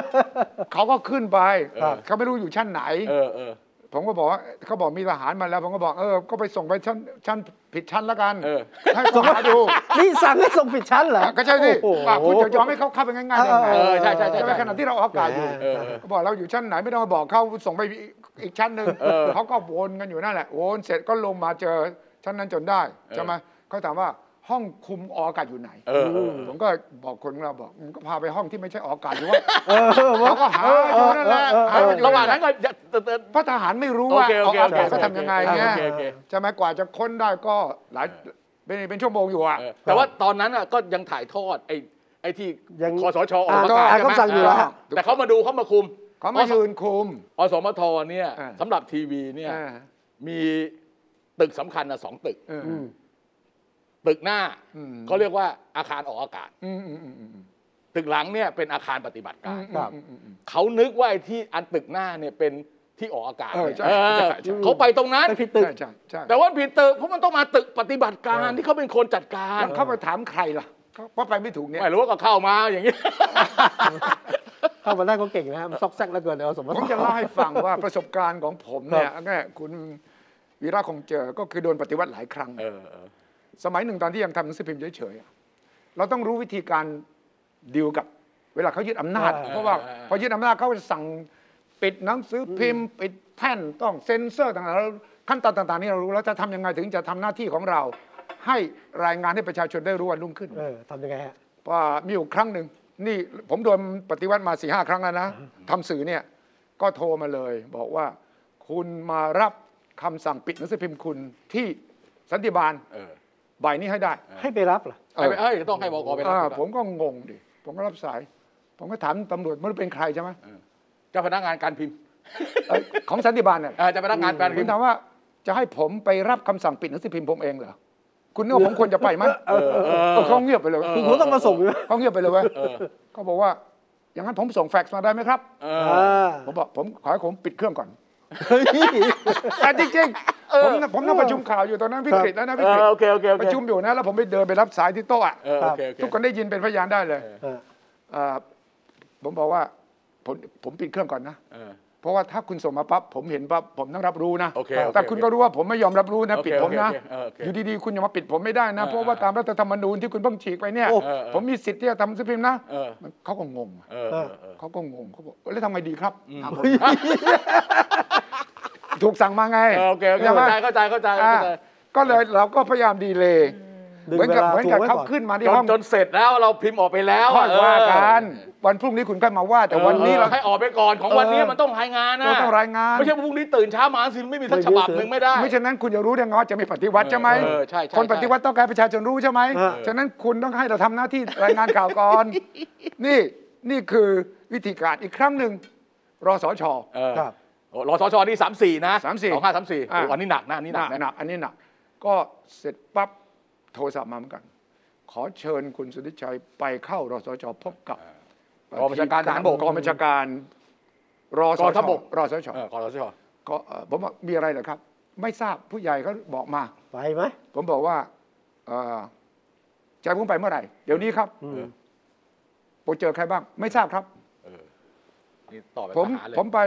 C: เขาก็ขึ้นไป
A: ครับ
C: เขาไม่รู้อยู่ชั้นไหน
B: เออเออ
C: ผมก็บอกว่าเขาบอกมีทหารมาแล้ว ผมก็บอกเออก็ไปส่งไปชั้นชั้นผิดชั้นละกัน
B: เออ
C: ให้เขาหาดู
A: นี่สั่งให้ส่งผิดชั้นเหรอ
C: อ่ะก็ใช่สิ
A: โอ้โห
C: ว่าคุณจะยอมให้เขาเข้าไปง่ายๆได้ไง
B: เออใช่ใช่ใช่
C: ใช่ไหม
B: ใช่
C: ขณะที่เราออกอากาศอยู่
A: เออ
C: เขาบอกเราอยู่ชั้นไหนไม่ต้องมาบอกเขาส่งไปอีกอีกชั้นหนึ่งเขาก็วนกันอยู่นั่นแหละวนเสร็จก็ลงมาเจอชั้นนั้นจนได้ใช่ไหมเขาถามว่าห้องคุมออกอากาศอยู่ไหน
B: เออเออ
C: ผมก็บอกคนของเราบอกมึงก็พาไปห้องที่ไม่ใช่ออกอากาศอยู่ว่า
A: เออ
C: เขาก็หาอยู่นั่นแหละ
A: เออเออเออ
C: หาอยู่
B: ระหว่างนั้นก็อย่า
C: เพราะทหารไม่รู้ว่า
B: โอเคโอ
C: ออก
B: เค
C: อากาศ
B: โอเค
C: เขาทำยังไงเนี่ย
B: โอเคโอเค
C: ใช่ไหมกว่าจะค้นได้ก็หลายเป็นเป็นชั่วโมงอยู่อ่ะ
B: เออแต่ว่าตอนนั้นน่ะก็ยังถ่ายทอดไอ้ไอ้ที่
A: ยัง
B: คอสชออ
A: ะ
B: กประกาศ
A: อ่ะก็
B: ใช่ไหม
A: สั่งอยู่แล้วฮะ
B: แต่เขามาดูเขามาคุม
C: เขามายืนคุม
B: อสมทเนี่ย
C: เออ
B: สำหรับทีวีเนี่ย
C: อ่า
B: มีตึกสำคัญนะสองตึก
C: เออ
A: อืม
B: ตึกหน้า
C: อืม
B: เขาเรียกว่าอาคารออกอากาศ
C: อืมอืมอืมอืม
B: ตึกหลังเนี่ยเป็นอาคารปฏิบัติการ
A: ครับ
C: อืมอืมอืม
B: เขานึกว่าไอ้ที่อันตึกหน้าเนี่ยเป็นที่ออกอากาศ
C: เออ
B: เนี่ย
C: ใช่
B: เอ
C: ใช่
B: อ
C: ใช่
B: เขาไปตรงนั้น
A: ไปผิดตึก
C: ใช่ใช่ใช่
B: แต่ว่าผิดตึกเพราะมันต้องมาตึกปฏิบัติการที่เขาเป็นคนจัดการ
C: แล้วเข้าไปถามใครล่ะเขาว่าไปไม่ถูกเนี่ย
B: ไม่รู้ว่าก็เข้ามาอย่างนี้ย
A: เข้ามาได้ก็เก่งนะฮะมันซอกแซกแล้วเกินเอาสมมติ
C: ผมจะเล่าให้ฟังว่าประสบการณ์ของผมเนี่ยเนี่ยคุณวีระคงเจอก็คือโดนปฏิวัติหลายครั้ง
B: เออเออ
C: สมัยหนึ่งตอนที่ยังทำหนังสือพิมพ์เฉยๆอะเราต้องรู้วิธีการดีลกับเวลาเขายึดอำนาจ เพราะว่าพอยึดอำนาจเขาจะสั่งปิดหนังสือพิมพ์ ปิดแท่นต้องเซ็นเซอร์ต่างๆแล้วขั้นตอนต่างๆนี่เรารู้แล้วจะทำยังไงถึงจะทำหน้าที่ของเรา ให้รายงานให้ประชาชนได้รู้วันรุ่งขึ้น
A: เออทำยังไงฮะ
C: ว่ามีอยู่ครั้งหนึ่งนี่ผมโดนปฏิวัติมาสี่ห้าครั้งแล้วนะทำสื่อเนี่ยก็โทรมาเลย บอกว่าคุณมารับคำสั่งปิดหนังสือพิมพ์คุณที่สันติบาล
B: เออ
C: บ่ายนี้ให้ได้
A: ให้ไปรับเหรอ
B: ให้ไปเอ้ยต้องให้บอกไปรับ
C: อ่า
B: ก่อน
C: ผมก็งงดิผมก็รับสาย ผมก็ถามตำรวจไม่รู้เป็นใครใช่ไหม
B: เจ้าพนักงานการพิมพ์
C: เอ้ยของสันติบาลเนี่ย
B: เออเจ้าพนักงานการ
C: คุ
B: พิม
C: ณ
B: พ์
C: ถามว่าจะให้ผมไปรับคำสั่งปิดหนังสือพิมพ์ผมเองเหรอคุณนึกว่าผมควรจะไปไหมเออเขาเงียบไปเลย
A: คุณคุณต้องมาส่งอยู่ไหม
C: เขาเงียบไปเลยเว้ยเขาบอกว่า อย่างนั้นผมส่งแฟกซ์มาได้ไหมครับ
B: เออ
A: อ่า
C: ผมบอกผมขอให้ผมปิดเครื่องก่อน
A: เฮ้ย
C: แต่จริงๆผมน่ะผมนั่งประชุมข่าวอยู่ตอนนั้นวิกฤตแล้วนะวิกฤต
B: เออโอเคโอเคโอเค
C: ประชุมอยู่นะแล้วผมไปเดินไปรับสายที่โต๊ะอะ
B: เออโอเคโอเค
C: ทุกคนได้ยินเป็นพยานได้เลย
A: เออ
C: เอ่อผมบอกว่าผมผมปิดเครื่องก่อนนะ
B: เออ
C: เพราะว่าถ้าคุณส่งมาปั๊บผมเห็นปั๊บผมต้องรับรู้นะ
B: โอเคโอเค
C: แต่คุณก็รู้ว่าผมไม่ยอมรับรู้นะ
B: โอเค
C: ปิดผมนะ
B: โอเคเออโอเค
C: อยู่ดีๆ คุณอย่ามาปิดผมไม่ได้นะ
B: เออ
C: เพราะว่าตามรัฐธรรมนูญที่คุณเพิ่งฉีกไปเนี่ย
A: โอ้
B: เออเออ
C: ผมมีสิทธิ์ที่จะทำสิพิมพ์นะ
B: เออ
C: มันเขาก็งงอะ
B: เออเออเออ
C: เขาก็งงเขาบอกแล้วทำไงดีครับถามผมถูกสั่งมาไง
B: เออโอเคโอเค
C: ใช่ไหม
B: เข้าใจเข้าใจเข้าใจ
C: อ่า
B: เข้าใจ
C: ก็เลยเราก็พยายามดีเลย
A: ดึง
C: เหมือน
A: เว
C: กับ
A: ลา
C: เหมือน
A: ถูก
C: กับ
A: ไว้
C: เขา
A: ก่อน
C: ขึ้นมาที่
B: จน
C: ห้อง
B: จนเสร็จแล้วเราพิมพ์ออกไปแล้ว
C: ค่อย
B: เออ
C: ว่ากันวันพรุ่งนี้คุณค่อยมาว่า แต่วันนี้เรา
B: ให้ออกไปก่อนของวันนี้มันต้องรายงานนะ
C: เราต้องรายงาน
B: ไม่ใช่พรุ่งนี้ตื่นเช้ามาสิไม่มีสักฉบับหนึ่งไม่ได้
C: ไม่ฉะนั้นคุณจะรู้ได้ไงว่าจะมีปฏิวัติใช่ไหม
B: เออใช่ใช่
C: คนปฏิวัติต้องการให้ประชาชนรู้ใช่ไหม
A: เออ
C: ฉะนั้นคุณต้องให้เราทำหน้าที่ราย งานข่าวก่อน นี่นี่คือวิธีการอีกครั้งหนึ่งรสช
B: เออ
A: ครับ
B: โอ้รอสชนี่สามสี่นะ
C: สามสี่
B: สองห้าสามสี่
C: อ่า
B: โอ้อันนี้หนักนะอันนี้หนักนะ
C: หนักอันนี้หนักก็เสร็จปั๊บโทรศัพท์มาเหมือนกัน ขอเชิญคุณสุทธิชัยไปเข้ารสชพบกับ
B: กองบัญชาการทหารบก
C: กองบัญชาการรส
B: กอง
C: ช
B: ทัพบก
C: รสช
B: เออกองรอสช
C: ก็เอ่อผมบอกมีอะไรเหรอครับ ไม่ทราบผู้ใหญ่เขาบอกมา
A: ไปไหม
C: ผมบอกว่าเอ่อจะพุ่งไปเมื่อไหร่ เดี๋ยวนี้ครับ
A: อืม
C: ผมเจอใครบ้าง ไม่ทราบครับ
B: นี่ต่อไป
C: ผม
B: ทหารเลย
C: ผมไป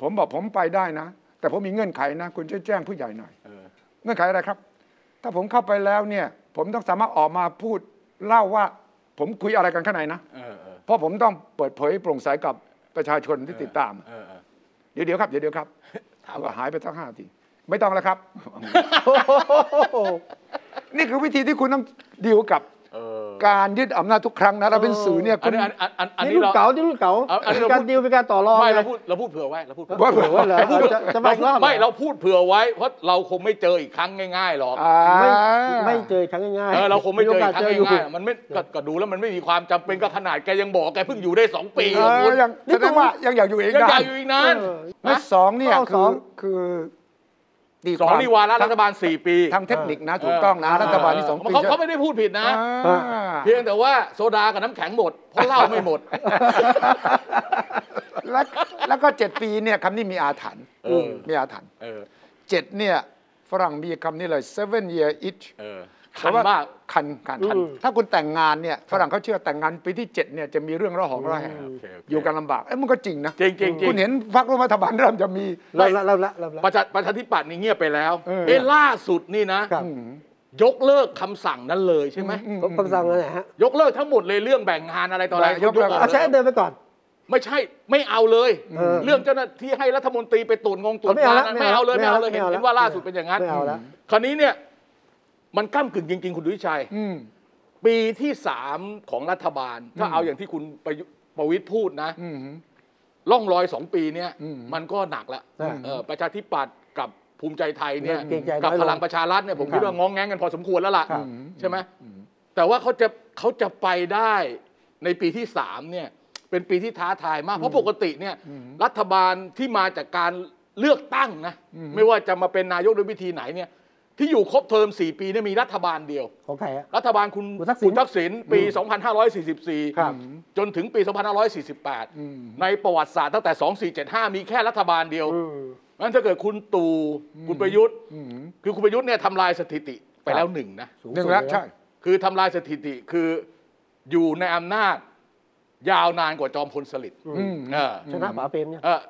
C: ผมบอกผมไปได้นะ แต่ผมมีเงื่อนไขนะ คุณช่วยแจ้งผู้ใหญ่หน่อย
B: เออ
C: เงื่อนไขอะไรครับ ถ้าผมเข้าไปแล้วเนี่ย ผมต้องสามารถออกมาพูดเล่าว่า ผมคุยอะไรกันข้างในนะ
B: เออเออ
C: เพราะผมต้องเปิดเผยโปร่งใสกับประชาชนที่ติดตาม
B: เออเออ
C: เดี๋ยวเดี๋ยวครับ เดี๋ยวเดี๋ยวครับ
B: ถาม
C: แล้วก็หายไปสักห้าที ไม่ต้องแล้วครับ
A: โอ้โห
C: นี่คือวิธีที่คุณต้องดีลกับ
B: เออ
C: การยึดอำนาจทุกครั้งนะเราเป็นสื่อเนี่ย
B: อั
C: คุ
B: น
C: ณ
B: นี้อันอันอันอัน
A: นี่
B: นี้
A: รุ่น
B: เรา
A: เก่านี่รุ่นเก่า
B: เอาอันนี้
A: เป็น
B: เรา
A: การ
B: พูด
A: ดีลเป็นการต่อรอง
B: ไม่
A: ไง
B: เราพูดเราพูดเผื่อไว้เราพูดเผื่อ
C: ว่า
A: เผื่อว่าเหรอ
B: เราพูด
A: จะจะมาอีกรอบหอ
B: ไม่เราพูดเผื่อไว้ เพราะเราคงไม่เจออีกครั้งง่ายๆหรอก
C: อ่า
A: ไม่ไม่เจอครั้งง่าย
B: เออเราคงไม่เจ
A: โกส
B: ออีกครั้ง
A: ยู่
B: ง่ายๆมันไม่ก็ก็ดูแล้วมันไม่มีความจำเป็นก็ขนาดแกยังบอกแกเพิ่งอยู่ได้สองปี
C: เอ
B: อะ
C: อ
B: คุณ
C: ยังแสดงว่ายังอยากอยู่เอง
B: ยัง
C: ได้
B: อยากอยู่อีกนาน
A: เออ
C: และสองเนี่ย
A: ข้อส
C: คือ อง คือ
B: สองนี่วาระรัฐบาลสี่ปี
C: ทางเทคนิคนะถูกต้องนะ
B: เ
C: รัฐบาลที่สองปี
B: เขาเขาไม่ได้พูดผิดนะ
C: อ่า
B: เพียงแต่ว่าโซดากับน้ำแข็งหมด เพราะเหล้าไม่หมด
C: แล้วแล้วก็เจ็ดปีเนี่ยคำนี้มีอาถรรพ์
B: เออ
C: มีอาถรรพ์
B: เออ
C: เจ็ดเนี่ยฝรั่งมีคำนี้เลย seven year itch
B: เออ
C: เพ
B: คัน
C: ระว่
B: มาก
C: คันคันคัน ถ้าคุณแต่งงานเนี่ยฝรั่งเขาเชื่อแต่งงานปีที่เจ็ดเนี่ยจะมีเรื่องระหองระแหง
B: โอเคโอเค
C: อยู่กันลำบากเอ้ยมันก็จริงนะ
B: จริงจริงจริง
C: คุณเห็นพรรคร่วมรัฐบาลเริ่มจะมี
A: เริ่มละเริ่มละเริ่มละ
B: ประชาประชาธิปัตย์นี่เงียบไปแล้ว
C: เออ
B: เอ้ล่าสุดนี่นะ
A: ครับ
B: ยกเลิกคำสั่งนั้นเลยใช่ไหม
A: ผมคำสั่งอะไรฮะ
B: ยกเลิกทั้งหมดเลยเรื่องแบ่งงานอะไรต่ออะไร
C: ยกเลิก
B: ออ
A: เอาใช้อันเดิมไปก่อน
B: ไม่ใช่ไม่เอาเลย
A: เออ
B: เรื่องเจ้าหน้าที่ให้รัฐมนตรีไปตรวจงงตรวจ
A: เอาไม่เอา
B: งา
A: ละ
B: น
A: ไม่
B: ไม่
A: เอา
B: เอาเลยไม่เอาเลย
A: ไม่
B: เห็
A: เอาละ
B: นเห็นว่าล่าสุดเป็นอย่างนั้น
A: ไม่เอาละ
B: คราวนี้เนี่ยมันก้ากึ่งจริง ๆ คุณดุวิชัย
C: อืม
B: ปีที่สามของรัฐบาล ถ้าเอาอย่างที่คุณประยุประวิทย์พูดนะ
C: อืม
B: ล่องรอยสองปีเนี่ย
C: อืม
B: มันก็หนักละ
A: อืม
B: เออประชาธิปัตย์กับภูมิใจไทยเนี่ย
A: เกรงใจน้อยลง
B: กับพลังประชารัฐเนี่ยผมคิดว่างองแงงกันพอสมควรแล้วล่ะ
A: ครับ
B: ใช่ไหมแต่ว่าเขาจะเขาจะไปได้ในปีที่สามเนี่ยเป็นปีที่ท้าทายมาก เพราะปกติเนี่ยรัฐบาลที่มาจากการเลือกตั้งนะไม่ว่าจะมาเป็นนายกด้วยวิธีไหนเนี่ยที่อยู่ครบเทอมสี่ปีเนี่ยมีรัฐบาลเดียว
A: ของใครฮะ
B: รัฐบาลคุณ
A: คุณทักษิณ
B: ณทักษิณปี
A: ครับ
B: 2544 จนถึงปี 2548 ในประวัติศาสตร์ตั้งแต่ 2475 มีแค่รัฐบาลเดียว
A: อืม
B: งั้นถ้าเกิดคุณตู่คุณประยุทธ์ คือคุณประยุทธ์เนี่ยทำลายสถิติไป
A: ครับ
B: แล้วหนึ่งนะ
A: สู
C: หนึ่ง
A: สุด
C: แล้ว
A: เย
C: ใช่
B: คือทำลายสถิติคืออยู่ในอำนาจ ยาวนานกว่าจอมพลสฤษดิ์
A: อืม
B: เออ
A: ชนะป๋าเปรมเนี่ย
B: เออ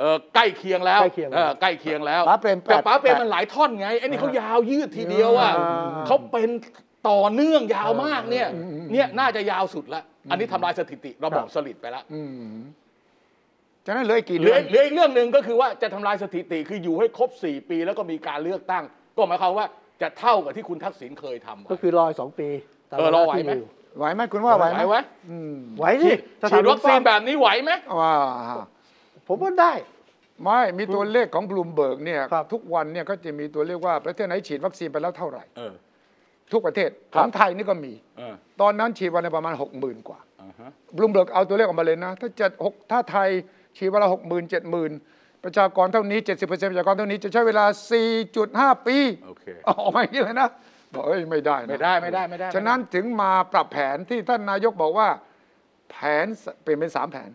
B: เออใกล้เคียงแล้ว
A: ใกล้เคียงแล้ว
B: ออใกล้เคียงแล้ว
C: ป๋าเปรมแปด
B: แต่ป๋าเปรม
C: แปด
B: มันหลายท่อนไงไอ้นี่เขายาวยืดทีเดียวอ่ะ
A: อ่า
B: เขาเป็นต่อเนื่องยาวมากเนี่ยเนี่ยน่าจะยาวสุดละอันนี้ทำลายสถิติเราบอกสลิดไปละ
C: อืมฉะนั้นเหลืออีกกี่
B: เห
C: เดื
B: ลือ
C: อ
B: น เหลืออีกเรื่องหนึ่งก็คือว่าจะทำลายสถิติคืออยู่ให้ครบ 4 ปีแล้วก็มีการเลือกตั้ง ก็หมายความว่าจะเท่ากับที่คุณทักษิณเคยทำ
A: ก็
B: อะ
A: คือรออีกสองปีตาม
B: เออรอไหวไหม
A: ที่ยู่
C: ไหวไหมคุณว่าไหวไหม
B: ไหม
C: อืม
A: ไหวสิสถา
B: ฉีดวัคซีนแบบนี้ไหวไหม
C: ว่า
A: ผมว่าได้
C: ไม่มีตัวเลขของบลูมเบิร์กเนี่ย
A: ครับ
C: ทุกวันเนี่ยก็จะมีตัวเลขว่าประเทศไหนฉีดวัคซีนไปแล้วเท่าไหร่
B: เออ
C: ทุกประเทศ
B: ค
C: ข
B: รับ
C: องไทยนี่ก็มี
B: เออ
C: ตอนนั้นฉีดวันละประมาณ 6 0,000 กว่า
B: อ่าฮะ
C: บลูมเบิร์กเอาตัวเลขออกมาเลยนะ ถ้าจะหกถ้าไทยฉีดวันละ 6 0 0 0 0 7 0,000 ประชากรเท่านี้ 70%ประชากรเท่านี้จะใช้เวลา 4.5 ปี
B: โอเค
C: ออกมาอย่างนี้เลยนะบอกเอ้ยไม่ได้นะ
B: ไม่ได้ไม่ได้ไม่ได้
C: ฉะนั้นถึงมาปรับแผนที่ท่านนายกบอกว่า แผนสเปลี่ยนเป็นสามแผน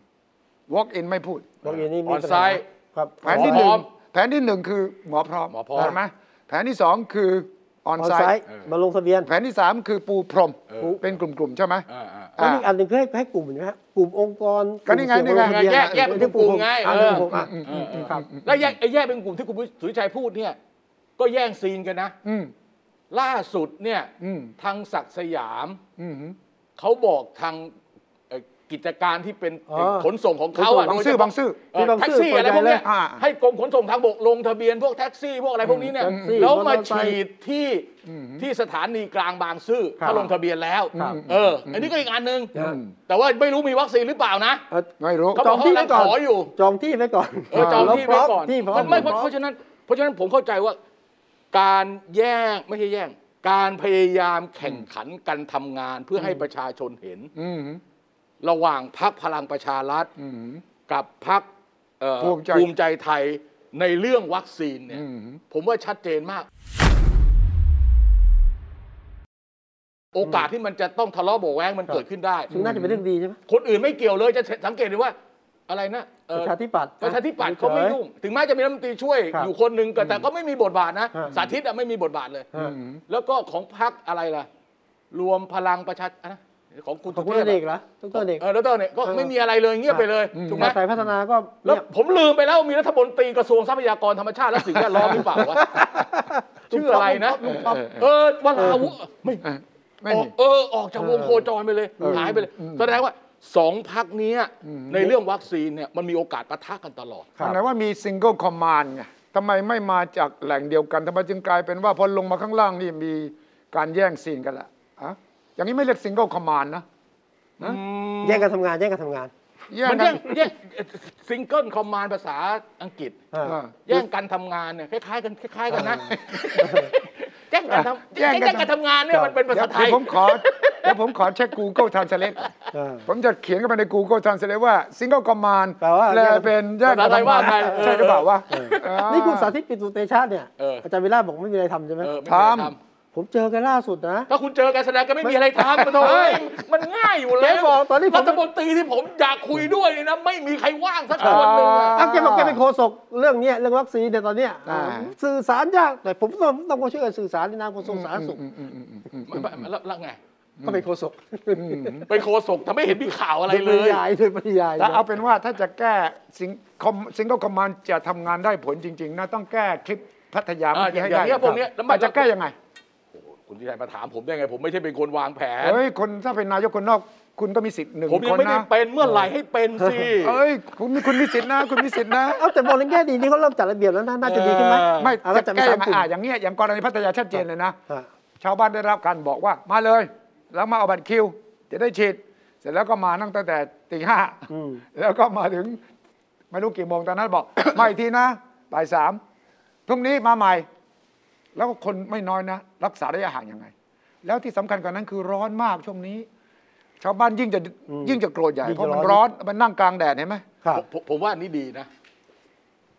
C: walk in ไม่พูด
A: บางอย่างนี้
B: อ
A: มี
B: อน
A: ปัญ
B: ไซ
A: หา
B: ต์
A: ครับ
C: แผนที่หนึ่
B: หมอพร้อม
C: งแผนที่หนึ่งคือหมอพร้อม
B: หมอพร้อม
C: ใช่ไหมแผนที่สองคือออน
A: ออน
C: ไซ
A: ไซ
C: ต์
A: ต์มาลงทะเบียน
C: แผนที่สามคือปูพรม
B: เออ
C: เป็นกลุ่ม ๆ ใช่ไหม
B: อ่าอ่า
A: แล้วอีกอันหนึ่งคือให้ให้กลุ่มเห็นะฮะกลุ่มองค์กร
C: ก็นี่ไงนี่
A: ลุ่ม
C: ไง
A: เสี่ยมาลทะเบีน
B: แยกแยกเป็น
A: ที่
B: กลุ่มไง
A: อ่ะ
B: เออ
A: เป็นกลุ่มอ่ะ
B: เออเออ
A: ครับ
B: แล้วแยกไอ้แยกเป็นกลุ่มที่คุณสุริชัยพูดเนี่ย ก็แย่งซีนกันนะ
C: อืม
B: ล่าสุดเนี่ย
C: อืม
B: ทางศักดิ์สยาม
C: อืม
B: เขาบอกทางเอ่อกิจการที่เป็น
A: อ๋อ
B: ขนส่งของเขาอะ
C: บางซื่อ
B: โดยเฉพะ
C: บางซื่อ
B: เอ่อ
A: ที่บาง
B: แท็ก
A: ซื่อ
B: ซี่อะไรพวกเนี้ย
C: อ่า
B: ให้กรมขนส่งทางบกลงทะเบียนพวกแท็กซี่พวกอะไรพวกนี้เนี่ย
A: แท็กซี่
B: แล้ว
A: มอ
B: มา
A: เตอร์ไซค์
B: ฉีดที่ที่สถานีกลางบางซื่อ
A: ครับ
B: ถ้าลงทะเบียนแล้ว
A: ครับ
B: เออ อันนี้ก็อีกอันหนึ่ง
A: ครับ
B: แต่ว่าไม่รู้มีวัคซีนหรือเปล่านะ
A: เอ่อ
C: ไม่รู้
B: เขา
A: จอ
B: บ
A: กงที่
B: เขา
A: ไว้
B: กำลัง
A: ก่อน
B: ขออยู่
A: จองที่ไว้ก่อน
B: เออจองที่ไว้ก่อน
A: ที่พร้อ
B: มันไม่เพราะ
A: พร้อ
B: เพราะฉะนั้น เพราะฉะนั้นผมเข้าใจว่าการแย่งไม่ใช่แย่ง การพยายามแข่งขันกันทำงานเพื่อให้ประชาชนเห็น
C: อืม
B: ระหว่างพักพลังประชารัฐ
C: อืม
B: กับพัก
C: ภูมิใจ
B: ภูมิใจไทยในเรื่องวัคซีนเนี่ย
C: อืม
B: ผมว่าชัดเจนมาก โอกาสที่มันจะต้องทะเลาะเบาะแว้งมันเกิดขึ้นได้
A: ซึ่งน่าจะเป็นเรื่องดีใช่ไหม
B: คนอื่นไม่เกี่ยวเลยจะสังเกตเลยว่า อะไรนะเอ่
A: ป
B: อ
A: ระชาธิปัตย์
B: ประชาธิปัตย์เขาไม่ยุ่ง ถึงแม้จะมีรัฐมนตรีช่วย
A: ครับ
B: อยู่คนหนึ่งก็แต่ก็ไม่มีบทบาทนะ
A: ฮะ
B: สาธิตอะไม่มีบทบาทเลย
A: ฮะ
B: แล้วก็ของพรรคอะไรล่ะ รวมพลังประชาอะนะของคุณ
A: ขอบ
B: สุ
A: คุณ
B: เทพ
A: เด็ก
B: อะ
A: เหรอทุกตัวเด็ก
B: เออดรเนี่ยก็
A: เออ
B: ไม่มีอะไรเลยเงียบไปเลยถูกไหม
A: ชาติไทยพัฒนาก็
B: แล้
A: เนี่
B: วย ผมลืมไปแล้วมีรัฐมนตรีกระทรวงทรัพยากรธรรมชาติและสิ่งแวดล้อมหรือเปล่าวะ ชื่ออะไรนะ
A: ลุงป๊อปลุงป๊อป
B: เออวลาวุไม่
C: เออไม่
B: ออ
C: มี
B: กเออออกจากวงโคจรไปเลยหายไปเลยแสดงว่าสองพักนี้ยในเรื่องวัคซีนเนี่ยมันมีโอกาสปะทะกันตลอด
A: ครับ
C: มันหมายว่ามีซิงเกิลคอมมานด์ไงทำไมไม่มาจากแหล่งเดียวกันทำไมจึงกลายเป็นว่าพอลงมาข้างล่างนี่มีการแย่งซีนกันละอะ อย่างนี้ไม่เรียก single command นะ
A: แย่งกันทำงานแย่งกันทำงาน
C: แย่ง
B: มัน
C: กั
B: แย่
C: น
B: งแย่งซิงเกิลคอมมานภาษาอังกฤษ
A: อ่า
C: อ่า
B: แย่งกันทำงานเนี่ยคล้ายๆกันคล้ายๆกันนะแย่งกันทำ
C: แย่
B: แย่ง
C: งกัน
B: กันทำงานเนี่ยมันเป็นภา
C: เดี๋ย
B: ษาว ไทย
C: ผมขอเดี๋ยวผมขอเช็ค Google Translate
A: เออ
C: ผมจะเขียนเข้าไปใน Google Translate ว่า single command
A: แปลว่า
C: แปลเป็นแยกกัน
B: ภาษาไทย
C: ทำ
B: ว่าน
C: งา
B: ไง
C: ใช่หรือเปล่าวะเออ
A: นี่คุณสาธิตปิตุเตชะเนี่ย
B: เอออ
A: อาจารย์วิลาบอกไม่มีอะไรทำใช่ไหม
B: เออไม่มีอะไร
C: ท
B: ท
A: ผมเจอกันล่าสุดนะ
B: ำถ้าคุณเจอการแสดงก็ไม่มีอะไรทำมันโถเอ้ยมันง่ายอยู่แล้ว
A: เจ๊บอกตอนนี้ผม
B: รัฐมนตรีที่ผมอยากคุยด้วยเนี่ยนะไม่มีใครว่างสักคนหนึ่งอะ
A: อ้าวแกบอกแกเป็นโฆษกเรื่องเนี้ยเรื่องวัคซีนเนี่ยตอนเนี้ย
C: อ่า
A: สื่อสารยากแต่ผมต้องต้องมาช่วยกันสื่อสารในนามกระทรวงสาธารณสุข
C: อืมอืมอืมอืมอืม
B: ไม่ไม่ไม่แล้วแล้วไง
A: ก็เป็นโฆษก
B: เป็นโคศกทำให้เห็นมีข่าวอะไร
A: โดยป
B: เล
A: ริ
B: ย
A: ยายโดยปริยาย
C: แต่
A: นะ
C: เอาเป็นว่าถ้าจะแก้ซิงคอมซิงเกิลคอมมานจะทำงานได้ผลจริง ๆนะต้องแก้คลิปพัทยา
B: อ่า
C: เมื่อกี้ให้
B: อ
C: ได้
B: ย่างเงี้ยพวกเนี้ยแล้วมัน
C: แต่จะแก้ยังไง
B: คุณที่ไหนมาถามผมได้ไง ผมไม่ใช่เป็นคนวางแผน
C: เฮ้ยคนถ้าเป็นนายกคนนอก คุณก็มีสิทธิ์หนึ่ง
B: ผมยั
C: ค
B: ง
C: น
B: ไม่ได้
C: นะ
B: เป็นเมื่อไหร่ให้เป็นสิ
C: เอ้ยคุณมีคุณมีสิทธิ์นะ คุณมีสิทธิ์นะ
A: เอาแต่มองในแง่ดีนี่เขาเริ่มจัดระเบียบแล้วนะน่าจะดีขึ้นไหม
B: เออ
C: ไม่
A: อ่ะแล้ว
C: จะ
A: จะไม่
C: แก้ยัง
A: ซ้ำก
C: ไง
A: ลุ่ม
C: อ่ะอย่างเงี้ยอย่างกรณีพัทยาชัดเจนเลยนะ
A: อ่ะ
C: ชาวบ้านได้รับการบอกว่ามาเลย แล้วมาเอาบัตรคิว จะได้ฉีดเสร็จแล้วก็มาตั้งแต่ตีห้า
A: อืม
C: แล้วก็มาถึง ไม่รู้กี่โมงตอนนั้นบอก มาอีกทีนะบ่ายสามพรุ่งนี้มาใหม่ แล้วก็คนไม่น้อยนะ รักษาระยะห่างยังไง แล้วที่สำคัญกว่านั้นคือร้อนมากช่วงนี้ ชาวบ้านยิ่งจะยิ่งจะโกรธใหญ่
A: ยิ่ง
C: เพ
A: จะ
C: ราะมัน
A: ร้
C: ร้
A: อ
C: อน นมันนั่งกลางแดดเห็นไหม
A: ครับ
B: ผมผมผมว่านี่ดีนะ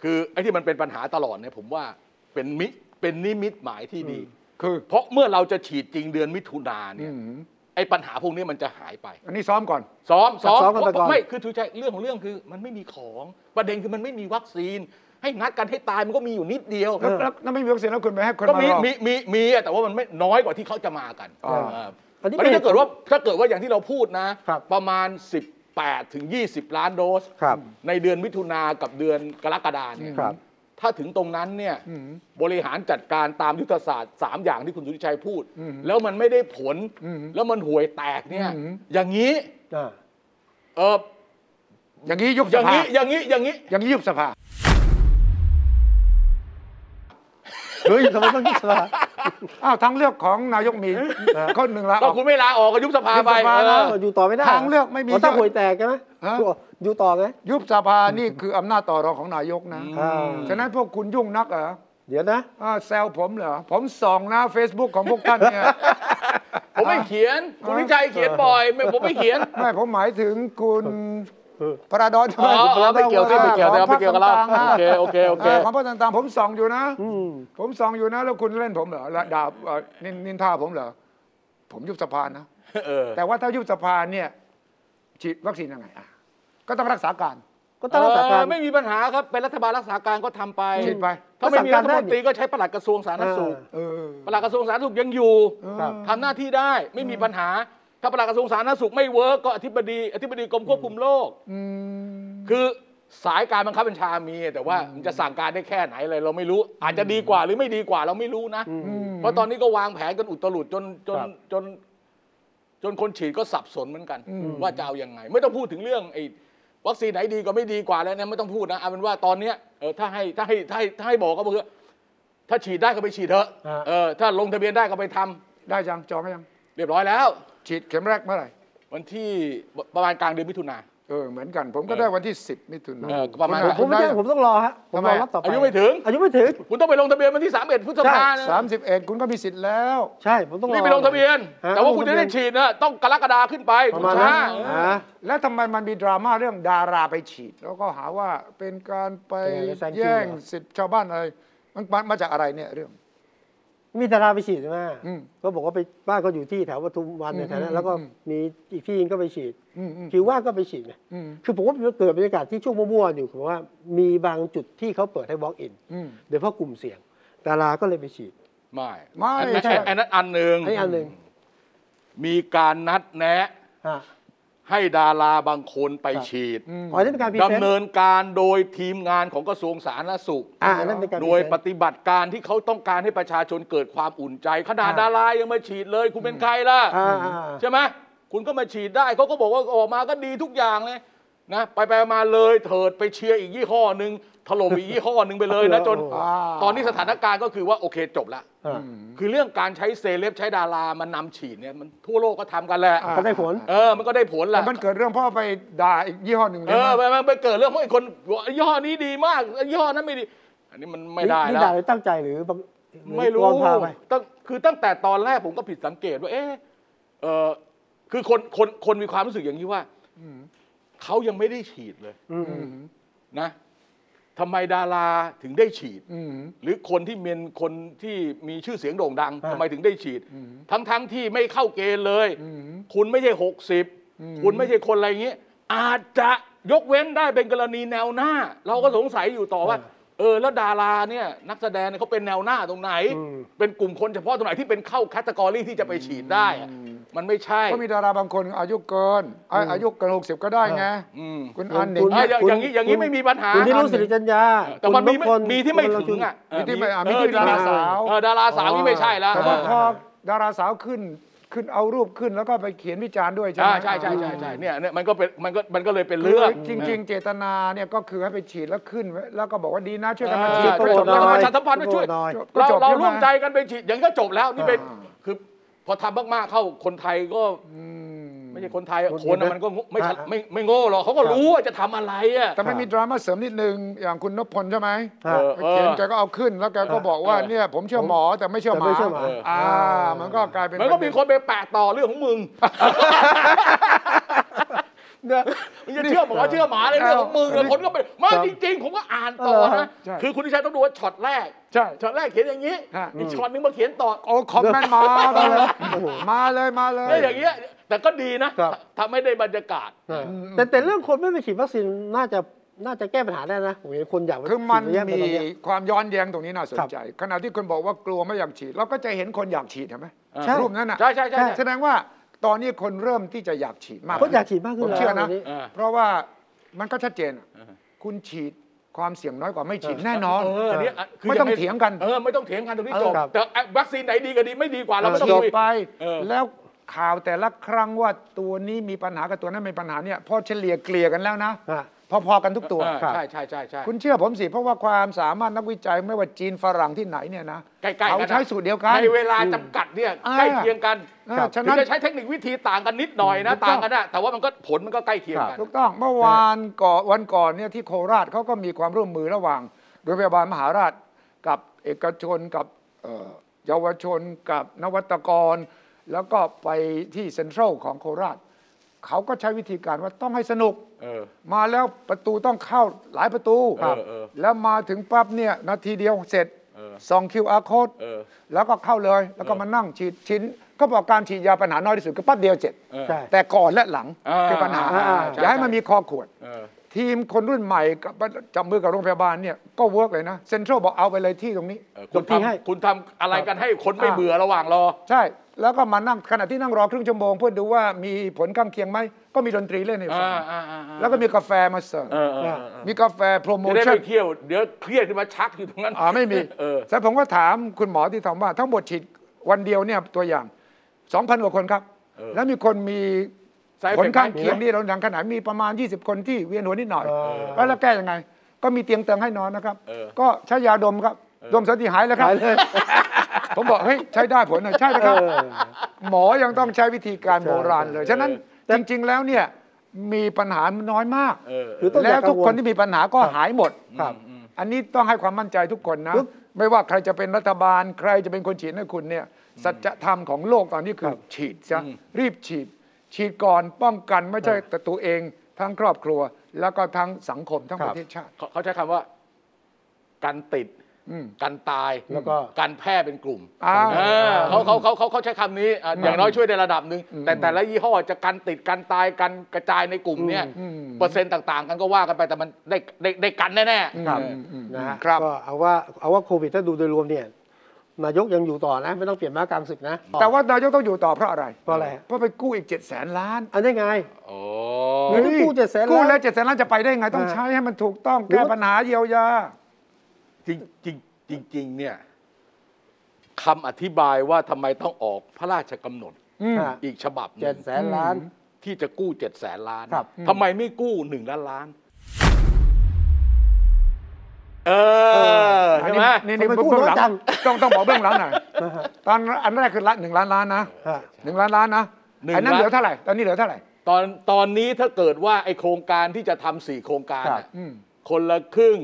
B: คือไอ้ที่มันเป็นปัญหาตลอดเนี่ยผมว่าเป็นมิเป็นนิมิตหมายที่ดี
C: คือ
B: เพราะเมื่อเราจะฉีดจริงเดือนมิถุนา
C: อื
B: เนี่ย
C: ม
B: ไอ้ปัญหาพวกนี้มันจะหายไป
C: อันนี้ซ้อมก่อน
B: ซ้อมซ้อม
A: ซ้อมกันไปก่อน
B: ไม่คือทุกใจเรื่องของเรื่องคือ มันไม่มีของประเด็นคือมันไม่มีวัคซีน ให้นัดกันให้ตายมันก็มีอยู่นิดเดียว
C: แล้วแล้วแล้วไม่มีวัคซีนแล้วคุณไปให้คน
B: ก็
C: มา
B: มี
C: รอ
B: มีมีมีอะแต่ว่ามันไม่น้อยกว่าที่เขาจะมากัน
C: อ่า
B: เออ
A: อันนี้
B: อันนี้
A: เป็น
B: ถ้าเกิดว่าถ้าเกิดว่าอย่างที่เราพูดนะ
A: ครับ
B: ประมาณ 18 ถึง 20 ล้านโดส
A: ครับ
B: ในเดือนมิถุนากับเดือนกรกฎาเนี่ย
A: ครับ
B: ถ้าถึงตรงนั้นเนี่ยบริหารจัดการตามยุทธศาสตร์ 3 อย่างที่คุณสุทธิชัยพูด แล้วมันไม่ได้ผลแล้วมันห่วยแตกเนี่ยอย่างนี้
A: อ่า
B: เออ
C: อย่างนี้ยุบ
B: อ
C: ส
B: ย่าง
C: ภา
B: นี้อย่างนี้อย่างนี้
C: อย่างนี้ยุบสภา
A: เฮ้ยทำไมต้องยุบสภา
C: อ้าวทางเลือกของนายกมีคนหนึ่งละ
B: ก็คุณไม่ลาออกก็ยุบสภาไป
C: ยุบสภา
B: เอ
C: นะ
B: อ
A: อยู่ต่อไม่ได้
C: ทางเลือกไม่มี
A: ถ้าหวยแตกใช่ไหม
C: ฮะ
A: อยู่ต่อไง
C: ยุบสภานี่คืออำนาจต่อรองของนายกนะ
B: อื
A: อ่า
C: ฉะนั้นพวกคุณยุ่งนักเหรอ
A: เดี๋ยวนะ
C: อ้าวแซวผมเหรอ ผมส่องหน้า Facebook ของพวกท่าน เนี่ย
B: ผมไม่เขียน คุณวิชัยเขียนบ่อยไม่ผมไม่เขียน
C: ไม่ผมหมายถึงคุณพระดอน
B: อ๋ออ๋อไม่เกี่ยวที่ไม่เกี่ยวแต่ไม่เกี่ยวกับเราโอเคโอเคโอเค
C: ของพรรคต่างๆผมส่องอยู่นะ
A: อืม
C: ผมส่องอยู่นะ แล้วคุณเล่นผมเหรอและด่าเอ่อนินนินทาผมเหรอ ผมยุบสภานะ
B: เออ
C: แต่ว่าถ้ายุบสภาเนี่ยฉีดวัคซีนยังไงอ่ะก็ต้องรักษาการ
A: ก็ต้องรักษาการ
B: เออไม่มีปัญหาครับ เป็นรัฐบาลรักษาการก็ทำไป
C: ฉีดไป
B: ถ้าไม่มี
A: ก็สั่
B: รั
A: ง
B: ฐ
A: การ
B: มนตรีก็ใช้ปลัดกระทรวงสาธารณสุข
C: เออ
B: ปลัดกระทรวงสาธารณสุขยังอยู่
A: ครับ
B: ทำหน้าที่ได้ไม่มีปัญหา ถ้าปลัดกระทรวงสาธารณสุขไม่เวิร์กก็อธิบดีอธิบดีกรมควบคุมโรคคือสายการบังคับบัญชามีแต่ว่ามันจะสั่งการได้แค่ไหนอะไรเราไม่รู้ อาจจะดีกว่าหรือไม่ดีกว่าเราไม่รู้นะ เพราะตอนนี้ก็วางแผนกันอุตลุดจนจ
A: ค
B: น
A: รับ
B: จน จนคนฉีดก็สับสนเหมือนกัน ว่าจะเอายังไง ไม่ต้องพูดถึงเรื่องไอ้วัคซีนไหนดีกว่าไม่ดีกว่าแล้วเนี่ยไม่ต้องพูดนะเอาเป็นว่าตอนเนี้ยเออถ้าให้ถ้าให้ถ้าให้ถ้าให้บอกก็คือถ้าฉีดได้ก็ไปฉีดเถอะ
A: ฮะ
B: เออถ้าลงทะเบียนได้ก็ไปทำ
C: ได้ยังจองยัง
B: เรียบร้อยแล้ว
C: ฉีดเข็มแรกเมื่อไหร่
B: วันที่ประมาณกลางเดือนมิถุนา
C: เออ เหมือนกัน ผมก็ได้วันที่ 10 มิถุนาย
B: เออน ประมาณ
C: คุณ
A: ผมไม่
C: ได้
A: ได้ผมต้องรอฮะ ผมรอ
C: ทำไม
A: รับต่อไป
B: อายุไม่ถึง
A: อายุไม่ถึง
B: คุณต้องไปลงทะเบียนวันที่31พฤษภา
A: ใช่
B: นะ
C: สามสิบเอ็ดคุณก็มีสิทธิ์แล้ว
A: ใช่ผมต้องรอ
B: รีบไปลงทะเบียน
A: ฮะ
B: แต่ว่าคุณจะได้
A: ลงทะเบียน
B: ฉีดนะต้องกรกฎาขึ้นไป
A: ป
B: คุ
A: ระมา
B: ณ
A: ณนั้
B: ช้าน เออ
A: อ่า
C: แล้วทำไมมันมีดราม่าเรื่องดาราไปฉีด แล้วก็หาว่าเป็นการไป
A: เป็นการแซงคิว
C: แย่งสิทธิ์ชาวบ้านอะไร มันมันมาจากอะไรเนี่ยเรื่อง
A: มีดาราไปฉีดใช่ไหม
C: อืม
A: ก็บอกว่าไปบ้านก็อยู่ที่แถวปทุมวันเนี่ยแถวนั้นแล้วก็
C: อืม
A: มีอีกที่นึงก็ไปฉีด
C: อืมอืม
A: คิวว่างก็ไปฉีดไง
C: อืม
A: คือผมว่ามันเกิดบรรยากาศที่ช่วงมั่วๆอยู่ผมว่ามีบางจุดที่เขาเปิดให้ walk in
C: อืม
A: โดยเฉพาะกลุ่มเสี่ยง ดาราก็เลยไปฉีด
B: ไม่
C: ไม่
B: อันนั้น
C: ใช่
B: อันนั้นอันหนึ่ง
A: ให้อันหนึ่ง
B: มีการนัดแนะ
A: ฮะ
B: ให้ดาราบางคนไปฉีด
C: อืม
A: อ๋อนั่นเป็นการพรีเซน
B: ดำ
A: ต์
B: เนินการโดยทีมงานของกระทรวงสาธารณสุข
A: อ่านั่นเป็นการพรี
B: โด
A: เซ
B: ย
A: นต์
B: ปฏิบัติการที่เขาต้องการให้ประชาชนเกิดความอุ่นใจ ขนาด
A: อ่า
B: ดารายังมาฉีดเลย คุณเป็นใครล่ะ
A: อ่า
B: ใช่ไหมคุณก็มาฉีดได้เขาก็บอกว่าออกมาก็ดีทุกอย่างเลย นะไปไปมาเลยเถิดไปเชียร์อีกยี่ห้อหนึ่งถล่มอีกยี่ห้อหนึ่งไปเลยนะจน
A: โอ้
B: ตอนนี้สถานการณ์ก็คือว่าโอเคจบละ
A: อ่า
B: คือเรื่องการใช้เซเลบใช้ดารามันนำฉีดเนี่ยมันทั่วโลกก็ทำกันแหละ
C: อ่า
A: ก็ได้ผล
B: เออมันก็ได้ผลแห
C: แต่
B: ละ
C: มันเกิดเรื่องเพ่อไปด่าอีกยี่ห้อหนึ่งเล
B: เอย อ
C: นะ
B: ไปไปไปเกิดเรื่องพวกไอ้คนบอกว่ายี่ห้อนี้ดีมากยี่ห้อนั้นไม่ดี อันนี้มันไม่ได้
A: นี่
B: แล้
A: ด่าว โดยตั้งใจหรือบังหอ
B: ไม่รู้
A: ลองพาไป
B: ตั้งคือตั้งแต่ตอนแรกผมก็ผิดสังเกตว่า เอ๊ะเออคือคนคนคนมีความรู้สึกอย่างนี้ว่าเขายังไม่ได้ฉีดเลย
A: อืม
B: นะทำไมดาราถึงได้ฉีด
C: อืม
B: หรือคนที่เป็นคนที่มีชื่อเสียงโด่งดัง
A: อ่า
B: ทำไมถึงได้ฉีด ทั้งทั้งที่ไม่เข้าเกณฑ์เลย
C: อืม
B: คุณไม่ใช่หกสิบคุณไม่ใช่คนอะไรอย่างเงี้ยอาจจะยกเว้นได้เป็นกรณีแนวหน้า เราก็สงสัยอยู่ต่อว่า เออ แล้วดาราเนี่ยนักแสดงเนี่ยเขาเป็นแนวหน้าตรงไหน
A: อืม
B: เป็นกลุ่มคนเฉพาะตรงไหนที่เป็นเข้าแคตตากรีที่จะไปฉีดได้อะมันไม่ใช่
C: ก็มีดาราบางคนอายุเกินอ่ะอายุเกินหกสิบก็ได้ไง
B: อืม
C: คุณอันหนิง
B: อ่ะ
C: เนี่ย
B: อย่างอย่างนี้อย่างนี้
A: คุณ
B: ไม่มีปัญหา
A: คุณที่รู้สิริจัญญา
B: แต่มันมีไม่
A: คุณพล
B: มีที่ไม่
A: คุณวร
B: ถึ
A: จุ
B: ง
A: ล
B: อ่ะ
C: มีที่ไม่อ่ะ
B: เอ
C: มี
B: อ
C: ที่ดาราสาว
B: เออดาราสาวนี่ไม่ใช่แล้ว
C: แต่ว่าพอดาราสาวขึ้น ขึ้นเอารูปขึ้นแล้วก็ไปเขียนวิจารณ์ด้วยใช่ไหม
B: อ่าใช่ใช่ใช่ใช่เนี่ยเนี่ยมันก็เป็นมันก็มันก็เลยเป็นเรื่อง
C: จริง ๆ เจตนาเนี่ยก็คือให้ไปฉีดแล้วขึ้นไว้แล้วก็บอกว่าดีนะช่วยกันมา
B: เอ
C: ฉี
B: อ
C: ด
B: ก็จ
C: ก็จ
B: บบ แล้ว
C: แล้ว
B: ประชาสัมพันธ์มาช่วย
A: หน่อย
C: ก็
B: เรา
C: จบ
B: เรา
C: ใช่ไหม
B: ร่วมใจกันไปฉีดอย่างนี้ก็จบแล้วนี่เป็น
C: อ่า
B: คือพอทำมากๆเข้าคนไทยก็ไม่ใช่คนไทยอะ
A: คน
B: คนอะ
A: เห็นไหม
B: มันก็งงไม่ฉะ
A: อ่า
B: ไม่ไม่โง่หรอกเขาก็รู้ว่าจะทำอะไรอ่ะ
C: แต่ไม่มีดราม่าเสริมนิดนึงอย่างคุณนพพลใช่ไหม
A: ฮะ
B: เออ
C: แกเขียนแกก็เอาขึ้นแล้วแกก็บอกว่า
B: เออ
C: เนี่ยผมเชื่อหมอแต่ไม่เชื่อห
A: แต่
C: มา
A: ไม่เชื่อหมา
C: อ่า มันก็กลายเป็น
B: มันก็มีคนไปแปะต่อเรื่องของมึง
C: เนี่ย
B: มันจะเชื่อหมอเชื่อหมาเลยเรื่องของมึงอะคนก็ไปไม่จริง ๆ ผมก็อ่านต่อนะ
C: ใช่
B: คือคุณทิชัยต้องดูว่าช็อตแรก
C: ใช่
B: ช็อตแรกเขียนอย่างนี้
C: ฮะ
B: อีกช็อตนึงมาเขียนต่อ
C: โอ้คอมเมนต์มาเลยมาเลยมาเลย
B: เนี่ยอย่างเงี้ยแต่ก็ดีนะครับ ทำให้ได้บรรยากาศ
A: อ่าแต่แต่เรื่องคนไม่ไปฉีดวัคซีนน่าจะน่าจะแก้ปัญหาได้นะผมเห็นคนอยากไป
C: คือมัน
A: ฉีดเยะแต่ตอ
C: มี
A: นเนี้ย
C: ความย้อนแย้งตรงนี้น่าสน
A: ครับ
C: ใจ ขณะที่คนบอกว่ากลัวไม่อยากฉีด เราก็จะเห็นคนอยากฉีดเห็นไหม
A: ใช่
C: รูปนั้นน่ะ
B: ใช่ใช่ใช่
C: แสดงว่าตอนนี้คนเริ่มที่จะอยากฉีดมาก
A: คนอยากฉีดมากขึ้น
C: ผม
A: แล้ว
C: เชื่อนะ
A: ตอนนี้
B: เออ
C: เพราะว่ามันก็ชัดเจนอะคุณฉีดความเสี่ยงน้อยกว่าไม่ฉีดแน่นอน
B: เอออันเนี้ยะคื
C: ไม่ต้องเถียงกัน
B: เออไม่ต้องเถียงกันตรงนี้จบ
A: เออครับ
B: แต่ไอ้วัคซีนไหนดีกับดีไม่ดีกว่าเราไม่ต้อง
C: จบ
B: คุย
C: ไป
B: เออ
C: แล้วข่าวแต่ละครั้งว่าตัวนี้มีปัญหากับตัวนั้นมีปัญหาเนี่ยพอเฉลี่ยเกลี่ยกันแล้วนะ
A: อ่ะ
C: พอๆกันทุกตัว
B: เออใช่ใช่ใช่ใช่
C: คุณเชื่อผมสิ เพราะว่าความสามารถนักวิจัยไม่ว่าจีนฝรั่งที่ไหนเนี่ยนะ
B: ใกล้ๆกัน
C: เขา
B: นะ
C: ใช้สูตรเดียวกัน
B: ในเวลาจำกัดเนี่ย
C: อ่า
B: ใกล้เคียงกัน
C: เออฉะ
B: ถึ
C: นั้น
B: งจะใช้เทคนิควิธีต่างกันนิดหน่อยนะ
C: ถูก
B: ต่า
C: ต้อง
B: งกันอะแต่ว่ามันก็ผลมันก็ใกล้เคียงกัน
C: ถูกต้องเมื่อวานก่อนวันก่อนเนี่ยที่โคราชเขาก็มีความร่วมมือระหว่างโรงพยาบาลมหาราช กับเอกชนกับเอ่อเยาวชนกับนวัตกร แล้วก็ไปที่เซ็นทรัลของโคราช เขาก็ใช้วิธีการว่าต้องให้สนุก
B: เออ
C: มาแล้วประตูต้องเข้าหลายประตู
B: ครับเออ
C: แล้วมาถึงปั๊บเนี่ยนาทีเดียวเสร็จ
B: เออ
C: ส่อง QR code
B: เออ
C: แล้วก็เข้าเลยแล้วก็มานั่งฉีดชิ้น ก็บอกการฉีดยาปัญหาน้อยที่สุดก็ปั๊บเดียวเจ็ด
B: เออ
A: ใช่
C: แต่ก่อนและหลัง
B: อ่า
C: คือปัญหา
B: อ่าอ่า
C: อย่าให้มัน
B: ใช่
C: มีคอขวด
B: เออ
C: ทีมคนรุ่นใหม่กับจับมือกับโรงพยาบาลเนี่ยก็เวิร์กเลยนะเซ็นทรัลบอกเอาไปเลยที่ตรงนี้
B: เออ
A: จ
B: คุณ
A: บที่ให้
B: ทำคุณทำอะไรกันให้คนไม่
C: อ่า
B: เบื่อระหว่างรอ
C: ใช่ แล้วก็มานั่งขณะที่นั่งรอครึ่งชั่วโมง เพื่อดูว่ามีผลข้างเคียงไหมก็มีดนตรีเล่นให้ฟัง
B: อ่าอ่าอ่าอ่า
C: แล้วก็มีกาแฟมาเสิร์ฟ
B: เออเออเออ
C: มีกาแฟโปรโม
B: จะได้
C: ชั่
B: ไป
C: น
B: เที่ยวเดี๋ยวเครียดขึ้นมาชักอยู่ตรงนั้น
C: อ่าไม่มี
B: เออ
C: แต่ผมก็ถามคุณหมอที่ทำว่า ทั้งหมดฉีดวันเดียวเนี่ยตัวอย่าง 2,000 กว่าคนครับ
B: เออ
C: แล้วมีคนมี
B: Side effect
C: ผลข้าง
B: ไหม
C: เคียงที่เราดังขนาดมีประมาณ 20 คนที่เวียนหัวนิดหน่อย
A: เออ
C: แล้วเราแก้ยังไง ก็มีเตียงเตียงให้นอนนะครับ
B: เออ
C: ก็ใช้ยาดมครับ ดมสันติหายแล้วครับ
A: หายเลย
C: ผมบอกเฮ้ยใช้ได้ผลหน่อยใช่นะครับ
A: เออ
C: หมอยังต้องใช้วิธีการโบราณเลย
A: ใช่
C: ฉะนั้นจริงๆแล้วเนี่ยมีปัญหาน้อยมาก
B: เออ
A: หรือต้องอ
C: แล้
A: ย่าวกั
C: ทุ
A: ง
C: ก
A: ว
C: ค
A: ล
C: นที่มีปัญหาก็หายหมด
A: ครับ
C: อันนี้ต้องให้ความมั่นใจทุกคนนะ
A: ปึ๊บ
C: ไม่ว่าใครจะเป็นรัฐบาล ใครจะเป็นคนฉีดให้คุณเนี่ย สัจธรรมของโลกตอนนี้คื
A: ค
C: อ
A: รับ
C: ฉีดซะรีบฉีด ฉีดก่อนป้องกันไม่ใช่แต่ตัวเอง ทั้งครอบครัว แล้วก็ทั้งสังคมทั้งประเทศชาติ
B: เขาเขาใช้คำว่าการติด
C: อืม
B: การตาย
A: แล้วก็
B: การแพร่เป็นกลุ่ม
C: อ่า
B: เออเขาเขาเขาเขาเขาใช้คำนี้อ่ะอย่างน้อยช่วยในระดับหนึ่งแต่แต่ละยี่ห้อจะการติดการตายการกระจายในกลุ่มเนี่ยเปอร์เซ็นต์ต่างๆ กันก็ว่ากันไปแต่มันได้ได้ได้กันแน่ๆ
A: ครับ
B: เออ
A: นะฮะ
C: ครับ
A: ก็เอาว่าเอาว่าโควิดถ้าดูโดยรวมเนี่ยนายกยังอยู่ต่อนะ ไม่ต้องเปลี่ยนมากลางศึกนะ
C: แต่ว่านายกต้องอยู่ต่อเพราะอะไร
A: เพราะอะไรฮะ
C: เพราะไปกู้อีก7จ็ดแสนล้าน
A: อันนี้ไง
B: โอ้
A: เฮ้ยกู้700,000
C: กู้
A: ล้าน
C: แล้วเจ็ดแสนล้านจะไปได้ไงต้อง
A: อ่า
C: ใช้ให้มันถูกต้องแก้ปัญหาเยียวยา
B: จริงจริงจริงๆเนี่ยคำอธิบายว่าทำไมต้องออกพระราชกำหนด
A: อ่ะ
B: อีกฉบับห
A: เจ็
B: นึ่
A: ด
B: ง
A: แสนล้าน
B: ที่จะกู้เจ็ดแสนล้าน
A: ครับ
B: ทำไมไม่กู้หนึ่งล้านล้าน เออใช่ไหม
C: นี่นี่
A: ทำไม
C: เบื้
A: พูด
C: องหลัง
A: น้อยจัง
C: ต้องต้องบอกเบื้องหลังหน่อยตอนอันแรกคือละหนึ่งล้านล้านนะ
A: ฮะ
C: หนึ่งล้านล้านนะ
B: หนึ่ง
C: อันนั้นเหลือ
B: ล้าน
C: เท่าไหร่ตอนนี้เหลือเท่าไหร่
B: ตอนตอนนี้ถ้าเกิดว่าไอโครงการที่จะทำสี่โครงการ
A: ครับ
B: น่ะ
C: อืม
B: คนละครึ่ง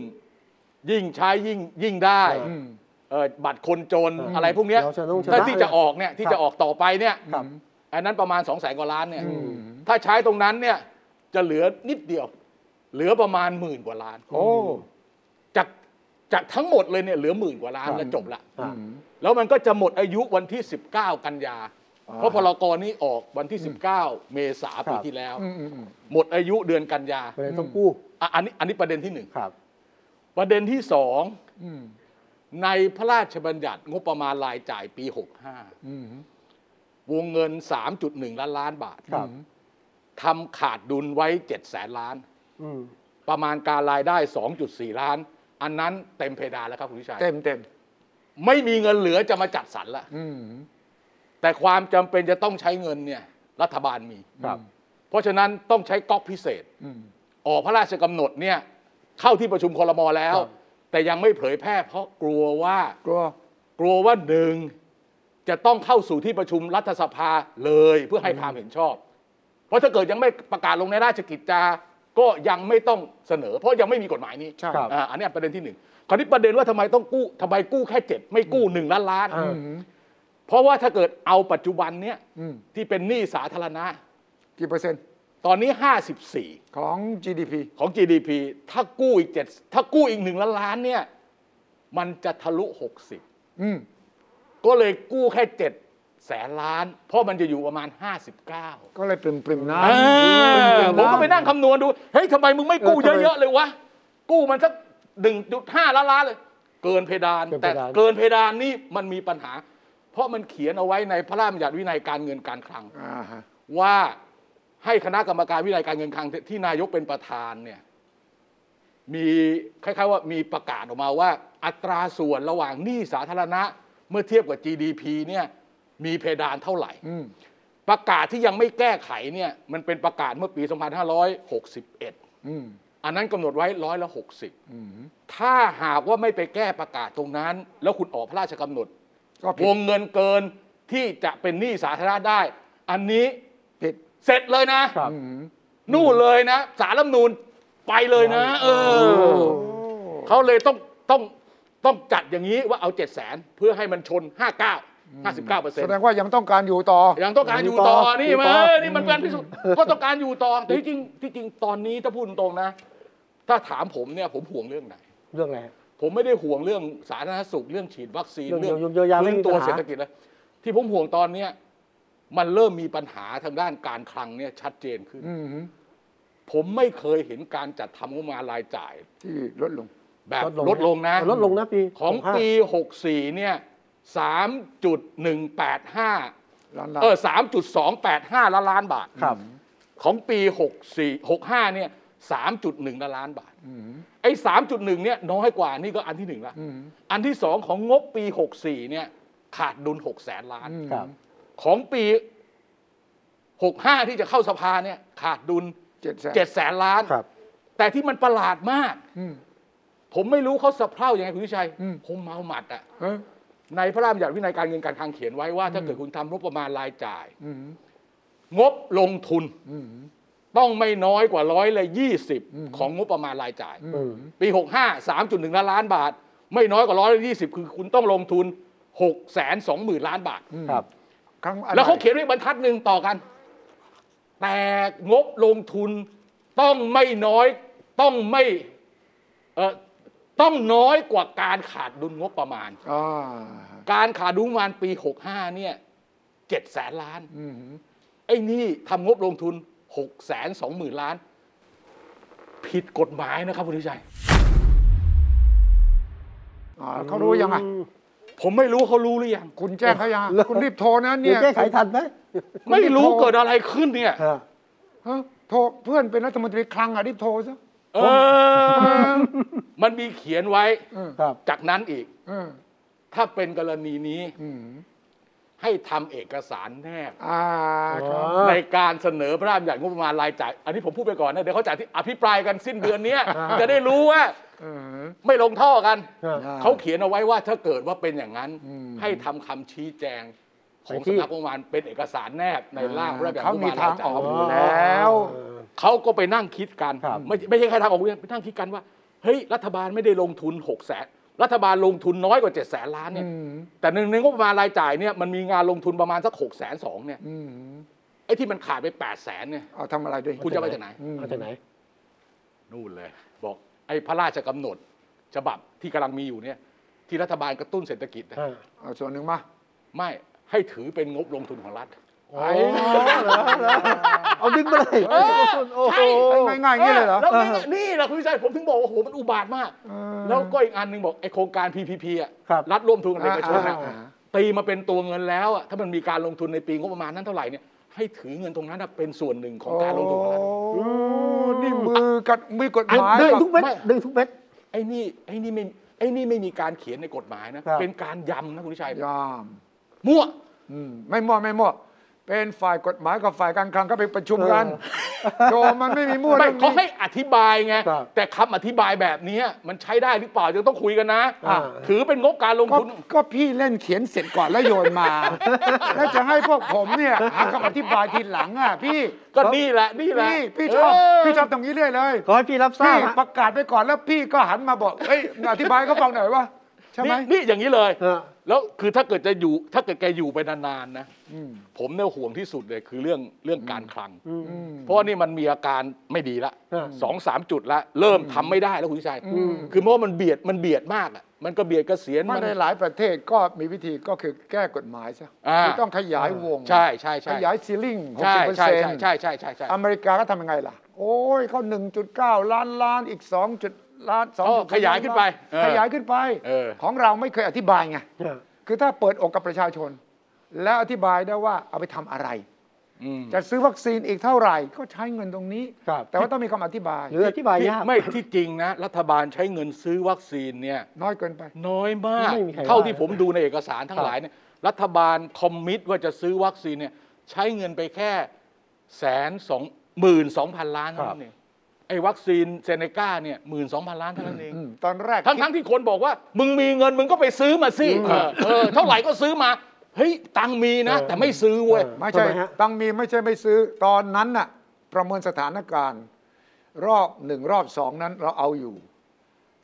B: ยิ่งใช้ยิ่งยิ่งได้
C: อืม
B: เออบัตรคนจน
A: เอออ
B: อะไรพวกเนี้ย
A: เราจะต้องชนะ
B: ถ้าที่จะออกเนี่ย
A: ค
B: ที่
A: รับ
B: จะออกต่อไปเนี่ย
A: ครับ
B: อันนั้นประมาณ2องแสนกว่าล้านเนี่ย
A: อืม
B: ถ้าใช้ตรงนั้นเนี่ยจะเหลือนิดเดียว เหลือประมาณหมื่นกว่าล้าน
C: โอ้
B: จากจากทั้งหมดเลยเนี่ยเหลือหมื่นกว่าล้าน
A: ครับ
B: แล้วจบละ
A: อ่า
B: แล้วมันก็จะหมดอายุวันที่ 19 กันยา
C: อ่า
B: เพราะพลกรนี้ออกวันที่ 19 เมษา
A: ครับ
B: ปีที่แล้ว
C: อืมอืมอืม
B: หมดอายุเดือนกันยา
A: ก็เลยต้องกู้
B: อ่ะอันนี้อันนี้ประเด็นที่หนึ่ง
A: ครับ
B: ประเด็นที่สอง
C: อืม
B: ในพระราชบัญญัติงบประมาณรายจ่ายปี 65
C: อืม
B: วงเงิน 3.1 ล้านล้านบาท
A: ครับ
B: ทำขาดดุลไว้ 7 แสนล้าน
A: อืม
B: ประมาณการรายได้ 2.4 ล้าน อันนั้นเต็มเพดานแล้วครับคุณวิชัย
C: เต็มเต็ม
B: ไม่มีเงินเหลือจะมาจัดสรรละ
C: อืม
B: แต่ความจำเป็นจะต้องใช้เงินเนี่ยรัฐบาลมี
A: ครับ
B: เพราะฉะนั้นต้องใช้ก๊อกพิเศษ
C: อืม
B: ออกพระราชกำหนดเนี่ยเข้าที่ประชุมคลมแล้ว
A: ครับ
B: แต่ยังไม่เผยแพร่เพราะกลัวว่าก
C: ลัว
B: กลัวว่าหนึ่งจะต้องเข้าสู่ที่ประชุมรัฐสภาเลยเพื่อให้ความเห็นชอบ เพราะถ้าเกิดยังไม่ประกาศลงในราชกิจจาก็ยังไม่ต้องเสนอ เพราะยังไม่มีกฎหมายนี้
C: ใช่
A: ครับ
B: อ่าอันเนี้ยประเด็นที่หนึ่งคราวนี้ประเด็นว่าทำไมต้องกู้ทำไมกู้แค่เจ็ดไม่กู้หนึ่งล้านล้าน
A: อื
C: อื
A: ม
C: ม
B: เพราะว่าถ้าเกิดเอาปัจจุบันเนี้ย
C: อืม
B: ที่เป็นหนี้สาธารณะ
C: กี่เปอร์เซ็นต์
B: ตอนนี้ 54
C: ของ GDP
B: ของ GDP ถ้ากู้อีกเจ็ดถ้ากู้อีกหนึ่งล้านล้านเนี่ยมันจะทะลุ 60
C: อืม
B: ก็เลยกู้แค่เจ็ดแสนล้าน เพราะมันจะอยู่ประมาณ 59
C: ก็เลยปริมปริมๆน้
B: อ่า
C: ำ
B: ผมก็ไปนั่งคำนวณดู เฮ้ยทำไมมึงไม่กู้
A: เออทำไม
B: เยอะๆเลยวะ กู้มันสัก 1.5 ล้านล้านเลย เกินเพดาน
A: เกินเพ
B: แต่
A: ดาน
B: เกินเพดานนี่มันมีปัญหา เพราะมันเขียนเอาไว้ในพระราชบัญญัติวินัยการเงินการคลัง
C: อ่าฮะ
B: ว่าให้คณะกรรมการวินัยการเงินคลังที่ที่นายกเป็นประธานเนี่ยมีคล้าย ๆ ว่ามีประกาศออกมาว่า อัตราส่วนระหว่างหนี้สาธารณะ เมื่อเทียบกับ GDP เนี่ยมีเพดานเท่าไหร่
C: อืม
B: ประกาศที่ยังไม่แก้ไขเนี่ยมันเป็นประกาศเมื่อปี 2561
C: อืม
B: อันนั้นกำหนดไว้ร้อยละ
C: อืม
B: 60 ถ้าหากว่าไม่ไปแก้ประกาศตรงนั้น แล้วคุณออกพระราชกำหนด
C: ก็
B: ว
C: ผิด
B: งเงินเกินที่จะเป็นหนี้สาธารณะได้ อันนี้
C: ผิด
B: เสร็จเลยนะ
A: ครับ
C: อืม
B: นู่นเลยนะสารรัฐธรรมนูนไปเลยนะ เออ เขาเลยต้องต้องต้องจัดอย่างนี้ว่าเอาเจ็ดแสนเพื่อให้มันชน 59 59เปอร์เซ็น
C: แส
B: ต์
C: ดงว่ายังต้องการอยู่ต่อ
B: ยังต้องการอยู่ต่อนี่มานี่มันเป็นพิสูจน์ก็ต้องการอยู่ต่อแต่ที่จริงที่จริงตอนนี้ถ้าพูดตรงๆนะ ถ้าถามผมเนี่ยผมห่วงเรื่องไหน
A: เรื่องอะไรฮะ
B: ผมไม่ได้ห่วงเรื่องสาธารณสุขเรื่องฉีดวัคซีน
A: เรื่องเยียวยาไม่
B: เรื่อ
A: มี
B: งตัว
A: ปัญหา
B: เศรษฐกิจแล้วที่ผมห่วงตอนเนี้ยมันเริ่มมีปัญหาทางด้านการคลังเนี่ยชัดเจนขึ้น
C: อืม
B: ผมไม่เคยเห็นการจัดทำงบประมาณรายจ่าย
C: ที่ลดลง
B: แบบ
A: ลดลง
B: ลดลงนะ
A: ลดลงนะปี
B: ของ
A: 65
B: ปี 64 เนี่ย 3.185
C: ล้านล้าน
B: เออ 3.285 ล้านล้านบาท
A: ครับ
B: ของปี 64 65 เนี่ย 3.1 ล้านล้านบาท
C: อืม
B: ไอ้ 3.1 เนี่ยน้อยกว่านี่ก็อันที่หนึ่งละ
C: อืม
B: อันที่สองของงบปี 64 เนี่ย ขาดดุล 6 แสนล้าน
C: อืม
A: ครับ
B: ของปี 65 ที่จะเข้าสภาเนี่ย ขาดดุล
C: เจ็ดแสน
B: 7 แสนล้าน
A: ครับ
B: แต่ที่มันประหลาดมาก
C: อืม
B: ผมไม่รู้เขาสะเพร่ายังไงคุณวิชัย
C: อืม
B: คงเมาหมัดอะ
C: เฮ้ย
B: ในพระราชบัญญัติวินัยการเงินการคลังเขียนไว้ว่า ถ้าเกิดคุณทำงบประมาณรายจ่าย
C: อืม
B: งบลงทุน
C: อืม
B: ต้องไม่น้อยกว่าร้อยละยี่สิบ
C: อืม
B: ของงบประมาณรายจ่าย
A: อืม
B: ปี 65 3.1 ล้านล้านบาท ไม่น้อยกว่าร้อยละยี่สิบคือคุณต้องลงทุน6แสนสองหมื่นล้านบาท
C: อืม
A: ครับ
C: ครั้งอะไร
B: แล้วเขาเขียนไว้บรรทัดหนึ่งต่อกัน แต่งบลงทุนต้องไม่น้อยต้องไม่เออต้องน้อยกว่าการขาดดุลงบประมาณ
C: อ่า
B: การขาดดุลงบประมาณปี 65 เนี่ยเจ็ดแสนล้าน
C: อืม
B: ไอ้นี่ทำงบลงทุน6กแสนสองหมื่นล้าน ผิดกฎหมายนะครับคุณทิชัย
C: อ่าเขารู้ยังไง
B: ผมไม่รู้เขารู้หรือยัง
C: คุณแจ้งเขายังอะ
A: เลิก
C: คุณรีบโทรนะ
A: เนี่
C: เนี่ย ย
A: แก้ไขทันไหม
B: ไม่รู้เกิดอะไรขึ้นเนี่ย
A: ฮะ
C: ฮะโทรเพื่อนเป็นรัฐมนตรีคลังอ่ะรีบโทรซะ
B: เออ มันมีเขียนไว้
C: เออ
A: ครับ
B: จากนั้นอีก
C: เออ
B: ถ้าเป็นกรณีนี้
C: อืม
B: ให้ทำเอกสารแนบ
C: อ่าครับ
B: ในการเสนอพระราชบัญญัติงบประมาณรายจ่าย อันนี้ผมพูดไปก่อนนะ เดี๋ยวเขาจะอภิปรายกันสิ้นเดือนเนี้ย จะได้รู้ว่าไม่ลงท่อกัน
A: ครับ
B: เขาเขียนเอาไว้ว่าถ้าเกิดว่าเป็นอย่างนั้น
C: อืม
B: ให้ทำคำชี้แจง ของ
A: ไปที่
B: สำนักงบประมาณเป็นเอกสารแนบในร่างพระราชบัญญัติ
C: เขา
B: งบประ
C: มี
B: มา
C: ทาร
B: ณาง ยจ่า
C: อย อกอยู่แล้ว
A: เออ
B: เขาก็ไปนั่งคิดกัน
A: ครับ
B: ไม่ไม่ใช่แค่ทางออกไปนั่งคิดกันว่าเฮ้ยรัฐบาลไม่ได้ลงทุน6กแสนรัฐบาลลงทุนน้อยกว่า7จ็ดแสนล้านเนี่ย
C: อืม
B: แต่หนึ่งในงบประมาณรายจ่ายเนี่ยมันมีงานลงทุนประมาณสัก6กแสนสองเนี่ย
C: อืม
B: ไอ้ที่มันขาดไป8ปดแสนเนี่ย
C: เอาทำอะไรด้วย
B: คุณจะมาจากไหน
C: อืม
A: มาจากไหน
B: นู่นเลย บอกไอ้พระราชกำหนด ฉบับที่กำลังมีอยู่เนี่ยที่รัฐบาลกระตุ้นเศรษฐกิจนะ
C: เอาส่วนหนึ่งมา
B: ไม่ให้ถือเป็นงบลงทุนของรัฐ
A: โอ้โหเหรอเหรอเอาดึงมาเลย
B: เออ
A: โอ้
B: ใช่
A: โห
C: ง่ายๆอย่างนี้เลยเหรอ
B: แล้วไม่ง่ายนี่แหละคุณวิชัยผมถึงบอกว่าโอ้โหมันอุบาทมาก
C: เออ
B: แล้วก็อีกอันหนึ่งบอกไอ้โครงการ PPP อะ
A: ครับ
B: รัฐร่วมทุนกับเอกชนอะ
C: อ่าอ่าอ่า
B: ตีมาเป็นตัวเงินแล้วอะถ้ามันมีการลงทุนในปีงบประมาณนั้นเท่าไหร่เนี่ยให้ถือเงินตรงนั้นอะเป็นส่วนหนึ่งของการลงทุนของรัฐ
C: โอ้นี่มือกันมือกฎหมาย
A: ดึง
C: กับ
A: ทุกเม็ด
B: ไม่
A: ดึงทุกเม็ด
B: ไอ้นี่ไอ้นี่ไม่ไอ้นี่ไม่มีการเขียนในกฎหมายนะครับ เป็นการยำนะคุณวิชัย
C: ยอม
B: มั่ว
C: อืมไม่มั่วไม่มั่วเป็นฝ่ายกฎหมายกับฝ่ายการคลังก็ไปประชุมกันโยมมันไม่มีมั่ว
B: ไม่
C: เรื่องนี้
B: เขาให้อธิบายไง
A: ครับ
B: แต่คำอธิบายแบบนี้มันใช้ได้หรือเปล่าจะต้องคุยกันนะ
A: อ่า
B: ถือเป็นงบการลง
C: ก็
B: ทุน
C: ก็พี่เล่นเขียนเสร็จก่อนแล้วโยนมา แล้วจะให้พวกผมเนี่ยหาคำอธิบายทีหลังอ่ะพี่
B: ก็นี่แหละนี่แหละ
C: พี่พี่ชอบ
B: เ
C: พี่ชอบตรงนี้เรื่อยเลย
A: ขอให้พี่รับทรา
C: พี่
A: บ
C: ประกาศไปก่อนแล้วพี่ก็หันมาบอกเอ้ยอธิบายให้เขาฟังหน่อยว่าใช่ไหม
B: นี่นี่อย่างนี้เลย
A: เออ
B: แล้วคือถ้าเกิดจะอยู่ ถ้าเกิดแกอยู่ไปนานๆนะ
C: อืม
B: ผมเนี่ยห่วงที่สุดเลยคือเรื่องเรื่องการคลัง
C: อืม
B: เพราะว่านี่มันมีอาการไม่ดีละ
A: อืม
B: สองสามจุดละเริ่มทำไม่ได้แล้วคุณวิชัย
C: อืม
B: คือเพราะว่ามันเบียดมันเบียดมากอะมันก็เบียดกระเสียน
C: เพราะ
B: มัน
C: ในหลายประเทศก็มีวิธีก็คือแก้กฎหมายซะ
B: อ่า
C: คือต้องขยายวง
B: ใช่ใช่
C: ข
B: ใช่
C: ยายซีลิ่งหก
B: ใช่
C: สิบเปอร์
B: ใช่
C: เซ็น
B: ใช่
C: ต์
B: ใช่ใช่ใช่ใช่
C: อเมริกาก็ทำยังไงล่ะ โอ้ยเขา1.9 ล้านล้านอีก 2 จุดล้าน
B: อ๋อ
C: 2
B: ขยายขึ้นไปเออ
C: ขยายขึ้นไป
B: เออ
C: ของเราไม่เคยอธิบายไง
A: เออ
C: คือถ้าเปิดอกกับประชาชน แล้วอธิบายได้ว่าเอาไปทำอะไร
B: อืม
C: จะซื้อวัคซีนอีกเท่าไหร่ ก็ใช้เงินตรงนี้
A: ครับ
C: แต่ว่าต้องมีคำอธิบาย
A: หรืออธิบายยาก
B: ที่ไม่ที่จริงนะ รัฐบาลใช้เงินซื้อวัคซีนเนี่ย
C: น้อยเกินไป
B: น้อยมาก
A: ไม่มีใคร
B: เท่า
A: ว่า
B: ที่ผมดูในเอกสารทั้
A: ครั
B: ง
A: บ
B: หลายเนี่ยรัฐบาลคอมมิตว่าจะซื้อวัคซีนเนี่ยใช้เงินไปแค่แสนสองหมื่นสองพันล้านเท่านั้นเองไอ้วัคซีนเซเนกาเนี่ยหมื่นสองพันล้านเท่านั้นเอง
C: อืมตอนแรก
B: ทั้งทั้งที่คนบอกว่า มึงมีเงินมึงก็ไปซื้อมาสิเออเออเท่าไหร่ก็ซื้อมาเฮ้ยตังค์มีนะ แต่ไม่ซื้อเว้ย
A: เออ
C: ไม่ใช่
A: ทำไมฮะ
C: ตังมีไม่ใช่ไม่ซื้อตอนนั้นน่ะประเมินสถานการณ์ รอบหนึ่งรอบสองนั้นเราเอาอยู่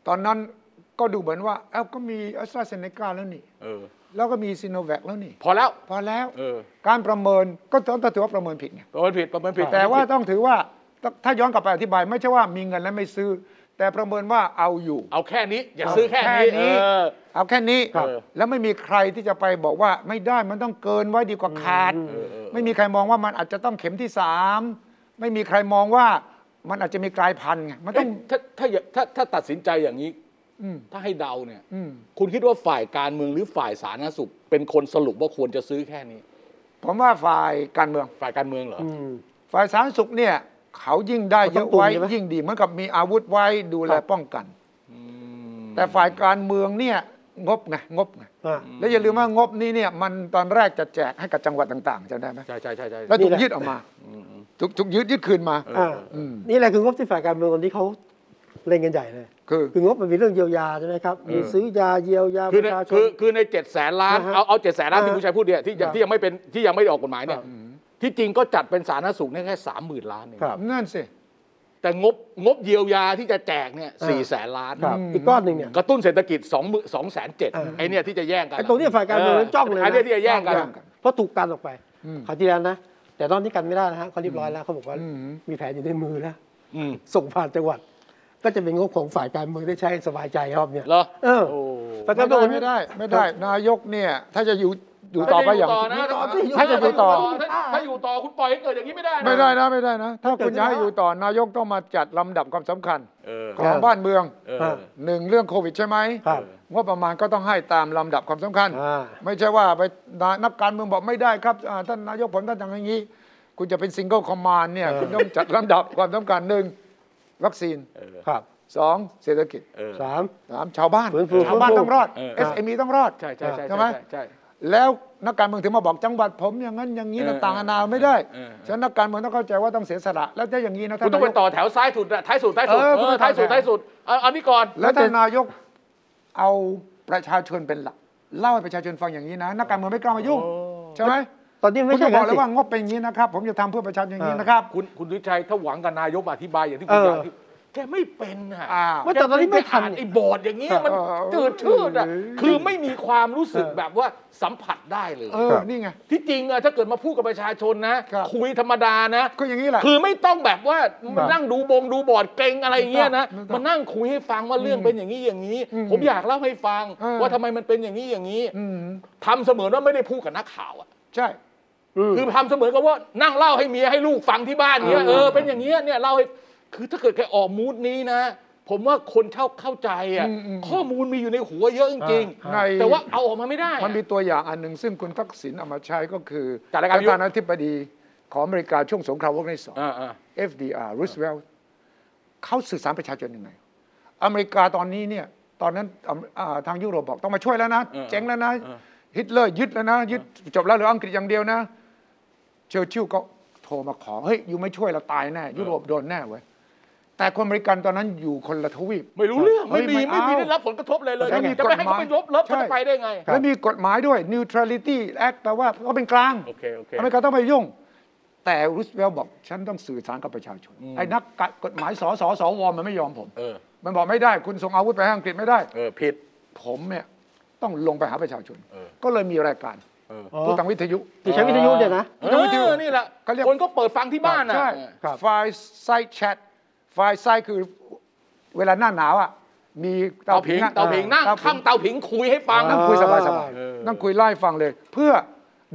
C: ตอนนั้นก็ดูเหมือนว่าเอ้าก็มีแอสตราเซเนกาแล้วนี่
B: เออ
C: แล้วก็มีซีโนแวคแล้วนี่
B: พอแล้ว
C: พอแล้ว
B: เออ
C: การประเมินก็ต้องถือว่าประเมินผิดไง
B: ประเมินผิดประเมินผิด
C: แต่ว่าต้องถือว่าถ้าถ้าย้อนกลับไปอธิบาย ไม่ใช่ว่ามีเงินแล้วไม่ซื้อ แต่ประเมินว่าเอาอยู่
B: เอาแค่นี้ อย่าซื้อแค่
C: แค่
B: นี้
C: นี้
B: เออ
C: เอาแค่นี้
B: ครับ
C: แล้วไม่มีใครที่จะไปบอกว่าไม่ได้มันต้องเกินไว้ดีกว่าขาด
B: เออเออ
C: ไม่มีใครมองว่ามันอาจจะต้องเข็มที่สามไม่มีใครมองว่ามันอาจจะมีกลายพันธุ์ไงมันต้อง
B: เอ๊ะถ้าถ้าอย่าถ้าถ้าตัดสินใจอย่างนี้
C: อืม
B: ถ้าให้เดาเนี่ย
C: อืม
B: คุณคิดว่าฝ่ายการเมืองหรือฝ่ายสาธารณสุข เป็นคนสรุปว่าควรจะซื้อแค่นี้
C: ผมว่าฝ่ายการเมือง
B: ฝ่ายการเมืองเหรอ
A: อืม
C: ฝ่ายสาธารณสุขเนี่ยเขายิ่งได้เยอะไว้
A: เขาต้องปรุงใช่ไหม
C: ยิ่งดีเหมือนกับมีอาวุธไว้ดูแล
A: ครับ
C: ป้องกัน แต่ฝ่ายการเมืองเนี่ยงบไงงบไง
A: อ่ะ
C: แล้วอย่าลืมว่างบนี้เนี่ยมันตอนแรกจะแจกให้กับจังหวัดต่างๆจำได้ไหม
B: ใช่ใช่ใช่ใช่
C: แล้ว
A: นี่
C: ถูก
A: แหละ
C: ยึดออกมาถูกถูกยึดยึดคืนมา
A: อ่ะ
C: ม
A: นี่แหละคืองบที่ฝ่ายการเมืองตอนนี้เขาเล่นกันใหญ่เลย
C: คือ
A: คืองบมันมีเรื่องเยียวยาใช่ไหมครับ มีซื้อยาเยียวยาป
B: คือ
A: ระ
B: ใน
A: ชาช
B: คื
A: น
B: อคือในเจ็ดแสนล้าน
A: อ่าฮะ
B: เอาเอาเจ็ดแสนล้านที่
A: อ่าฮะ
B: คุณชัยพูดเนี่ยที่ยั
A: ค
B: ง
A: รับ
B: ที่ยังไม่เป็นที่ยังไม่ได้ออกกฎหมายเนี่ย
A: ครับ
B: ที่จริงก็จัดเป็นสาธารณสุขเนี่ยแค่สามหมื่นล้านเอง
A: ครับ
C: นั่นสิ
B: แต่งบงบเยียวยาที่จะแจกเนี่ยสี่แสนล้าน
A: ครับ
C: อืม
A: อีกก้อนหนึ่งเนี่ย
B: กระตุ้นเศรษฐกิจ2องสองแสนเจ็ด
A: อ่า
B: ไอเนี่ยที่จะแย่งกัน
A: ไอ้ตรงเนี้ยฝ่ายการเมืองจ้องเลยนะ
B: ไอเนี่ยที่จะแย่งกัน
C: จ้องกัน
A: เพราะถูกกันออกไป
C: อืม
A: คราวที่แล้วนะ แต่ตอนนี้กันไม่ได้นะฮะเขาเรียบร้อยแล้วเขาบอกว่า
C: อืม
A: มีแผนอยู่ในมือแล้ว
B: อืม
A: ส่งผ่านจังหวัด ก็จะเป็นงบของฝ่ายการเมืองได้ใช้สบายใจรอบเนี่ย
B: เหรอ
A: เออ
B: โอ้
A: ฝ่ายการ
C: ไม่
A: เมื
C: ได้
A: อง
C: ไม่ได้ไม่ได้ นายกเนี่ย ถ้าจะอยู่อยู่
B: ถ้า
C: ต่อไป
B: จะอ
C: อ
B: ยู่ต่อ
C: ย่าง
B: นะ
C: ถ้าจะอยู่ต่อ
B: ถ้าถ้าอยู่ต่อคุณปล่อยให้เกิดอย่างนี้ไม่ได้นะ
C: ไม่ได้นะไม่ได้นะ ถ้าคุณอยากให้อยู่ต่อนายกต้องมาจัดลำดับความสำคัญ
B: เออ
C: ของบ้านเมือง
B: เออ
C: หนึ่งเรื่องโควิดใช่ไหม
A: ครับ
C: งบประมาณก็ต้องให้ตามลำดับความสำคัญ
A: อ่า
C: ไม่ใช่ว่าไปนานักการเมืองบอกไม่ได้ครับอ่าท่านนายกผมท่านอย่างนี้ คุณจะเป็นซิงเกิลคอมมานเนี่ย
A: เออ
C: คุณต้องจัดลำดับความสำคัญหนึ่งวัคซีน
B: เออ
A: ครับ
C: สองเศรษฐกิจ
B: เออ
A: สาม
C: สามชาวบ้าน
A: ฟื้นฟู
C: ชาวบ้าน
A: ฟื้นฟู
C: ต้องรอด
B: เออ
C: SME ต้องรอด
B: ใช่ใช่ใช่
C: ใช่ไหม
B: ใช่
C: แล้ว นักการเมืองถึงมาบอกจังหวัดผมอย่างนั้นอย่างนี้
B: เออ
C: ต่างๆนานาไม่ได้
B: เออเออ
C: ฉะนั้นนักการเมืองต้องเข้าใจว่าต้องเสียสละแล้วถ้าอย่างนี้นะ
B: คุณ
C: ท่าน
B: ต้องไป
C: นายก
B: ต่อแถวซ้ายสุดอะท้ายสุดท้ายสุด
C: เออ
B: เอ
C: คุณ
B: อ
C: ต้อง
B: ท้ายสุด
C: ต่อแถว
B: ท้ายสุดเอาเอานี่ก่อน
C: แล้วท่านนายกเอาประชาชนเป็นหลักเล่าให้ประชาชนฟังอย่างนี้นะนักการเมืองไม่กล้ามายุ่ง
B: โอ้
C: ใช่ไหม
A: ตอนนี้
C: คุ
A: ไม่
C: ณ
A: ใช่
C: จะบอก
A: น
C: เล
A: สิ
C: ยว่างบเป็นอย่างนี้นะครับ ผมจะทำเพื่อประชาชนอย่างนี้
A: เออ
C: นะครับ
B: คุณคุณดุชัยถ้าหวังกับนายกมาอธิบายอย่างที่คุณ
A: เอออย
B: อากที่แกไม่เป็นอ่ะ
C: อ่า
A: ว่าแต่ตอนนี้ไม่ทัน
B: แกปอ่าไอ้บอร์ดอย่างนี้ยมัน
C: เออ
B: จืดชืดอ่ะ
C: เออ
B: คือไม่มีความรู้สึก
A: เออ
B: แบบว่าสัมผัสได้เลย
C: เออนี่ไง
B: ที่จริงอะถ้าเกิดมาพูดกับประชาชนนะครับ คุยธรรมดานะ
C: ก็อย่างนี้แหละ
B: คือไม่ต้องแบบว่า
A: ครั
B: มา
A: บ
B: นั่งดูบงดูบอร์ดเก่งอะไรอย่างเงี้ยนะ
C: ไม่ต้อง
B: มานั่งคุยให้ฟังว่าเรื่องเป็นอย่างนี้อย่างนี้
C: อืม
B: ผมอยากเล่าให้ฟัง
C: เออ
B: ว่าทำไมมันเป็นอย่างนี้อย่างนี้
C: อืม
B: ทำเสมือนว่าไม่ได้พูดกับนักข่าวอะ
C: ใช่
B: คือทำเสมือนกับว่านั่งเล่าให้เมียให้ลูกฟังที่บ้านเนี้ยเออเป็นอย่างเงี้ยเนี่ยเล่าให้คือถ้าเกิดแกออกมูดนี้นะ ผมว่าคนเช่าเข้าใจอะข้อมูลมีอยู่ในหัวเยอะจริง
C: ใน
B: ๆแต่ว่าเอาออกมาไม่ได้อะ
C: มันมีตัวอย่างอันหนึ่งซึ่งคุณทักษิณเอามาใช้ก็คือ
B: จัดรายการวิทยุ
C: ธานาธิบดีของอเมริกาช่วงสงครามโลกครั้งที่สอง
B: อ่า
C: FDR Roosevelt เขาสื่อสารประชาชนยังไง อเมริกาตอนนี้เนี่ย ตอนนั้นอเมอ่าทางยุโรปบอกต้องมาช่วยแล้วนะ
B: เออ
C: เจ๊งแล้วนะ
B: เออ
C: ฮิตเลอร์ยึดแล้วนะ ยึดจบแล้วเหลืออังกฤษอย่างเดียวนะ เชอร์ชิลก็โทรมาขอ เฮ้ย อยู่ไม่ช่วยเราตายแน่ ยุโรปโดนแน่เว้ย แต่คนอเมริกันตอนนั้นอยู่คนละทวีป
B: ๆไม่รู้เรื่องไม่มี
C: เฮ้
B: ไม่
C: ยไม่
B: มี
C: เอา
B: ได้รับผลกระทบเลยเลย
C: ใช่ไง
B: จะไปให้เขาไปลบลบ
C: ใช่
B: เขาจะไปได้ไง
C: แล้วมีกฎหมายด้วย neutrality act แปลว่าเขาเป็นกลาง
B: โอเคโอเค
C: อเมริกาต้องไปยุ่ง แต่รูสเวลต์บอก ฉันต้องสื่อสารกับประชาชน ไอ้นักกฎหมายสสสวมันไม่ยอมผม
B: เออ
C: มันบอกไม่ได้คุณส่งอาวุธไปให้อังกฤษไม่ได้
B: เออผิด
C: ผมเนี่ยต้องลงไปหาประชาชน
B: เออ
C: ก็เลยมีรายการ
B: เออ
A: อ๋อ
C: พูดทางวิทยุ
A: ที่ใช้วิทยุเนี่ยนะ
B: เออนี่แหละ
C: เขาเรียก
B: คนก็เปิดฟังที่บ้านนะ
C: ใช่
A: ครับ
C: ไฟล์ไซต์แชทไฟล์ไซต์คือเวลาหน้าหนาวอ่ะมี
B: เตาผิง
C: นะ
B: เตาผิงนั่ง
C: เตาผิ
B: ข้างเตาผิงคุยให้ฟัง
C: นั่งคุยสบายๆ
B: เออ
C: นั่งคุยไล่ฟังเลย เพื่อ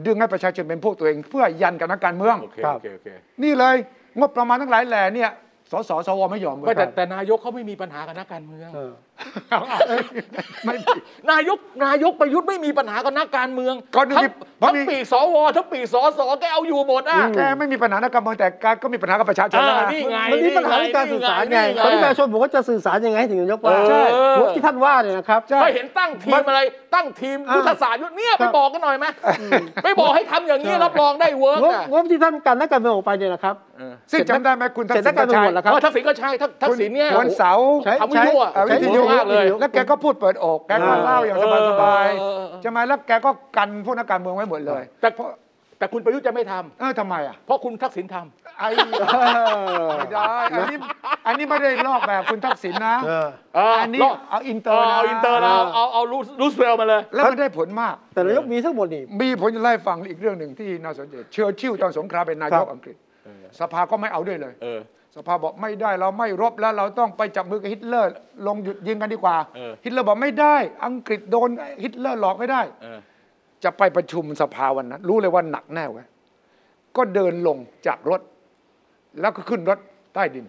C: ดึงให้ประชาชนเป็นพวกตัวเอง เพื่อยันกับนักการเมือง
B: โอเค
A: ครับ
B: โอเคโอเค
C: นี่เลยงบประมาณทั้งหลายแหล่เนี่ยสสสวไม่ยอมเว้ย
B: ไม่แต่แต่นายกเขาไม่มีปัญหากับนักการเมือง
A: เออ
C: เอ้ยไม่
B: นายกนายกประยุทธ์ไม่มีปัญหากับนักการเมือง
C: ก็ดู
B: ทั้ง
C: ดิเพราะ
B: ทั้ง
C: มี
B: ปีกสวทั้งปีกสสแกเอาอยู่หมดอ่ะ
C: แกไม่มีปัญหานักการเมืองแต่แกก็มีปัญหากับประชาชน
B: อ่า
C: แล้วนะ
B: นี่ไง
A: มันมีปัญหาเรื่องการสื่อสารไงตอนนี้ประชาชนบอกว่าจะสื่อสารยังไงให้ถึงจะยกว่า
B: เออ
A: ใช่หัวที่ท่านว่าเนี่ยนะครับ
B: ถ้าเห็นตั้งทีมอะไร ตั้งทีม
A: อ่า
B: ยุทธศาสตร์ยุทธเนี่ย
A: ค
B: ไป
A: รับ
B: บอกกันหน่อยไหมไปบอกให้ทำอย่างนี้รับรองได้เวิร์ก
A: งบ
B: อ่ะ
A: งบที่ท่านกันนักการเมืองออกไปเนี่ยนะครับ
B: เออ
C: ซึ่งจำได้ไหมคุณทัก
A: เสร็จนัก
C: ษิณ
A: การเมืองหมดแล้วครับ
B: เออทักษิณก็ใช่ทักทักษิณเนี่ย
C: วันเสาร์
A: ใช้
B: ทำวิทยุอะ
C: เอ่อวิทยุ
B: มากเลย
C: แล้วแกก็พูดเปิดอก แกก็เล่าอย่าง
B: เออ
C: สบาย
B: เออเออ
C: ๆใช่ไหมแล้วแกก็กันพวกนักการเมืองไว้หมดเลย
B: แต่แต่คุณประยุทธ์จะไม่ทำ
C: เออทำไมอ่ะ
B: เพราะคุณทักษิณท
C: ไอ้ไม่ได้อันนี้อันนี้ไม่ได้ลอกแบบคุณทักษิณนะ
A: เออ
B: ำเออ
C: อันนี้
B: ลก
C: เอาอินเตอ
B: เอ
C: ร์
B: อ
C: นะ
B: เอาอินเตอร์เราเอาเอารูสรูสเวลล์มาเลย
C: แล้วมันได้ผลมาก
A: แต่นายกมีทั้งหมดนี่
C: มีผลจะไล่าให้ฟังอีกเรื่องหนึ่งที่น่าสนใจเชอร์ชิลตอนสงครามเป็นนาย
A: ครั
C: ก
A: บ
C: อังกฤษ สภาก็ไม่เอาด้วยเลย
B: เออ
C: สภาบอกไม่ได้เราไม่รบแล้วเราต้องไปจับมือกับฮิตเลอร์ ลงหยุดยิงกันดีกว่า
B: เออ
C: ฮิตเลอร์บอกไม่ได้ อังกฤษโดนฮิตเลอร์หลอกไม่ได้
B: เออ
C: จะไปประชุมสภาวันนั้น รู้เลยว่าหนักแน่เว้ยก็เดินลงจากรถ แล้วก็ขึ้นรถใต้ดิน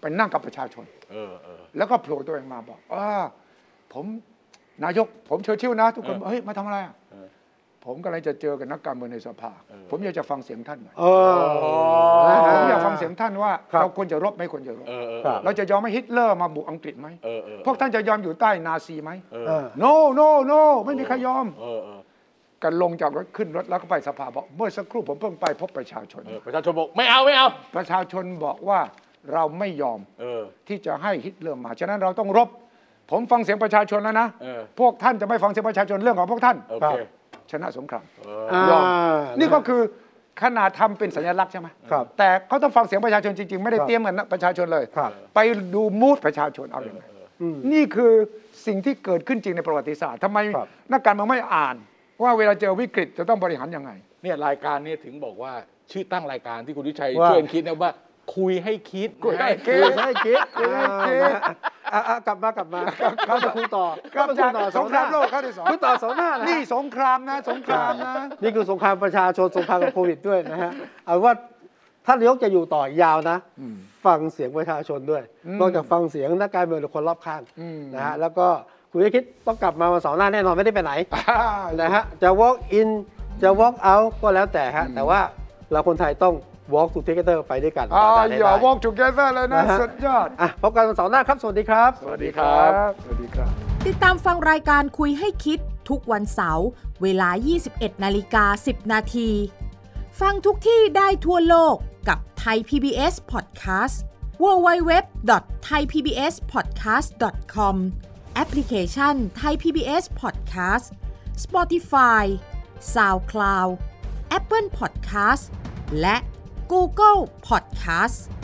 C: ไปนั่งกับประชาชน
B: เออ เออ
C: แล้วก็โผล่ตัวเองมาบอกว่าผมนายก ผมเชอร์ชิลนะ ทุกคนบอกเฮ้ยมาทำอะไรอะ
B: เออ
C: ผมกำลังจะเจอกับนักการเมืองในสภา
B: เออ
C: ผมอยากจะฟังเสียงท่านหน่อย
A: เออ
C: ผมอยากฟังเสียงท่านว่า
A: ครับ
C: เราควรจะรบไหม่ควรจะรบ
B: เออ เออ
A: ครับ
C: เราจะยอมให้ฮิตเลอร์มาบุกอังกฤษไหม
B: เออ เออ
C: พวกท่านจะยอมอยู่ใต้นาซีไหม
B: เออ
A: เออ
C: no no no ไม่มีใครยอม
B: เออ เออ
C: กันลงจากรถขึ้นรถแล้วก็ไปสภาบอก เมื่อสักครู่ผมเพิ่งไปพบประชาชน
B: เออ ประชาชนบอกไม่เอาไม่เอา
C: ประชาชนบอกว่าเราไม่ยอม
B: เออ
C: ที่จะให้ฮิตเลอร์มา ฉะนั้นเราต้องรบ ผมฟังเสียงประชาชนแล้วนะ
B: เออ
C: พวกท่านจะไม่ฟังเสียงประชาชนเรื่องของพวกท่าน
B: โอ
A: ครั
B: เค
A: บ
C: ชนะสงคราม
B: เออ
A: อ่าย
C: อม
A: นี่
C: นี่
A: ก็
C: ก็คือขนาดทำเป็นสัญลักษณ์ใช่ไหม
A: ครับ
C: แต่เขาต้องฟังเสียงประชาชนจริงๆ ไม่ได้เตรียมเหมือนประชาชนเลย
A: ครับ
C: ไปดูมูดประชาชนเอาอย่างไร
A: ม
C: นี่คือสิ่งที่เกิดขึ้นจริงในประวัติศาสตร์ทำไม
A: ครับ
C: นักการเมืองไม่อ่าน ว่าเวลาเจอวิกฤตจะต้องบริหารยังไง
B: เนี่ยรายการเนี่ยถึงบอกว่าชื่อตั้งรายการที่คุณวิชัย
A: ว่า
B: ช่วยกันคิดนะว่าคุยให้คิด
C: คุยให้คิ
A: คุยให้คิดคุยให้
C: คิ
A: คิ
C: ด
A: ดอ่ะอ่ะกลับมากลับมาเราจะคุยต่อ
C: ครับ
A: เราจะ
C: จา
A: คุยต่อ
C: กสงครามโลกครั้งที่สอง
A: คุยต่อสองหน้านะ
C: นี่สงครามนะ สงครามนะ
A: นี่คือสงครามประชาชนสงครามกับโควิดด้วยนะฮะเอาว่าท่านนายกจะอยู่ต่อยาวนะ ฟังเสียงประชาชนด้วย
C: อืม
A: นอกจากฟังเสียงนักการเมืองหรือคนรอบข้าง
C: อืม
A: นะฮะแล้วก็คุณวิคิดต้องกลับมาวันเสาร์หน้าแน่นอนไม่ได้ไปไหน
C: อ่า
A: นะฮะจะ walk in จะ walk out ก็แล้วแต่ฮะ แต่ว่าเราคนไทยต้อง walk to together ไปด้วยกัน
C: อ่า
A: ตมด่นให้
C: อย่า
A: ได้
C: walk together เลยนะ
A: นะฮะ
C: สุดยอด
A: อ่ะพบกันวันเสาร์หน้าครับ สวัสดีครับ
C: สวัสดีครับ สวัสดีครับ
H: ติดตามฟังรายการคุยให้คิดทุกวันเสาร์เวลา 21นาฬิกา10 นาที ฟังทุกที่ได้ทั่วโลกกับไทย PBS Podcast www.thaipbspodcast.com แอปพลิเคชัน Thai PBS Podcast Spotify SoundCloud Apple Podcast และ Google Podcast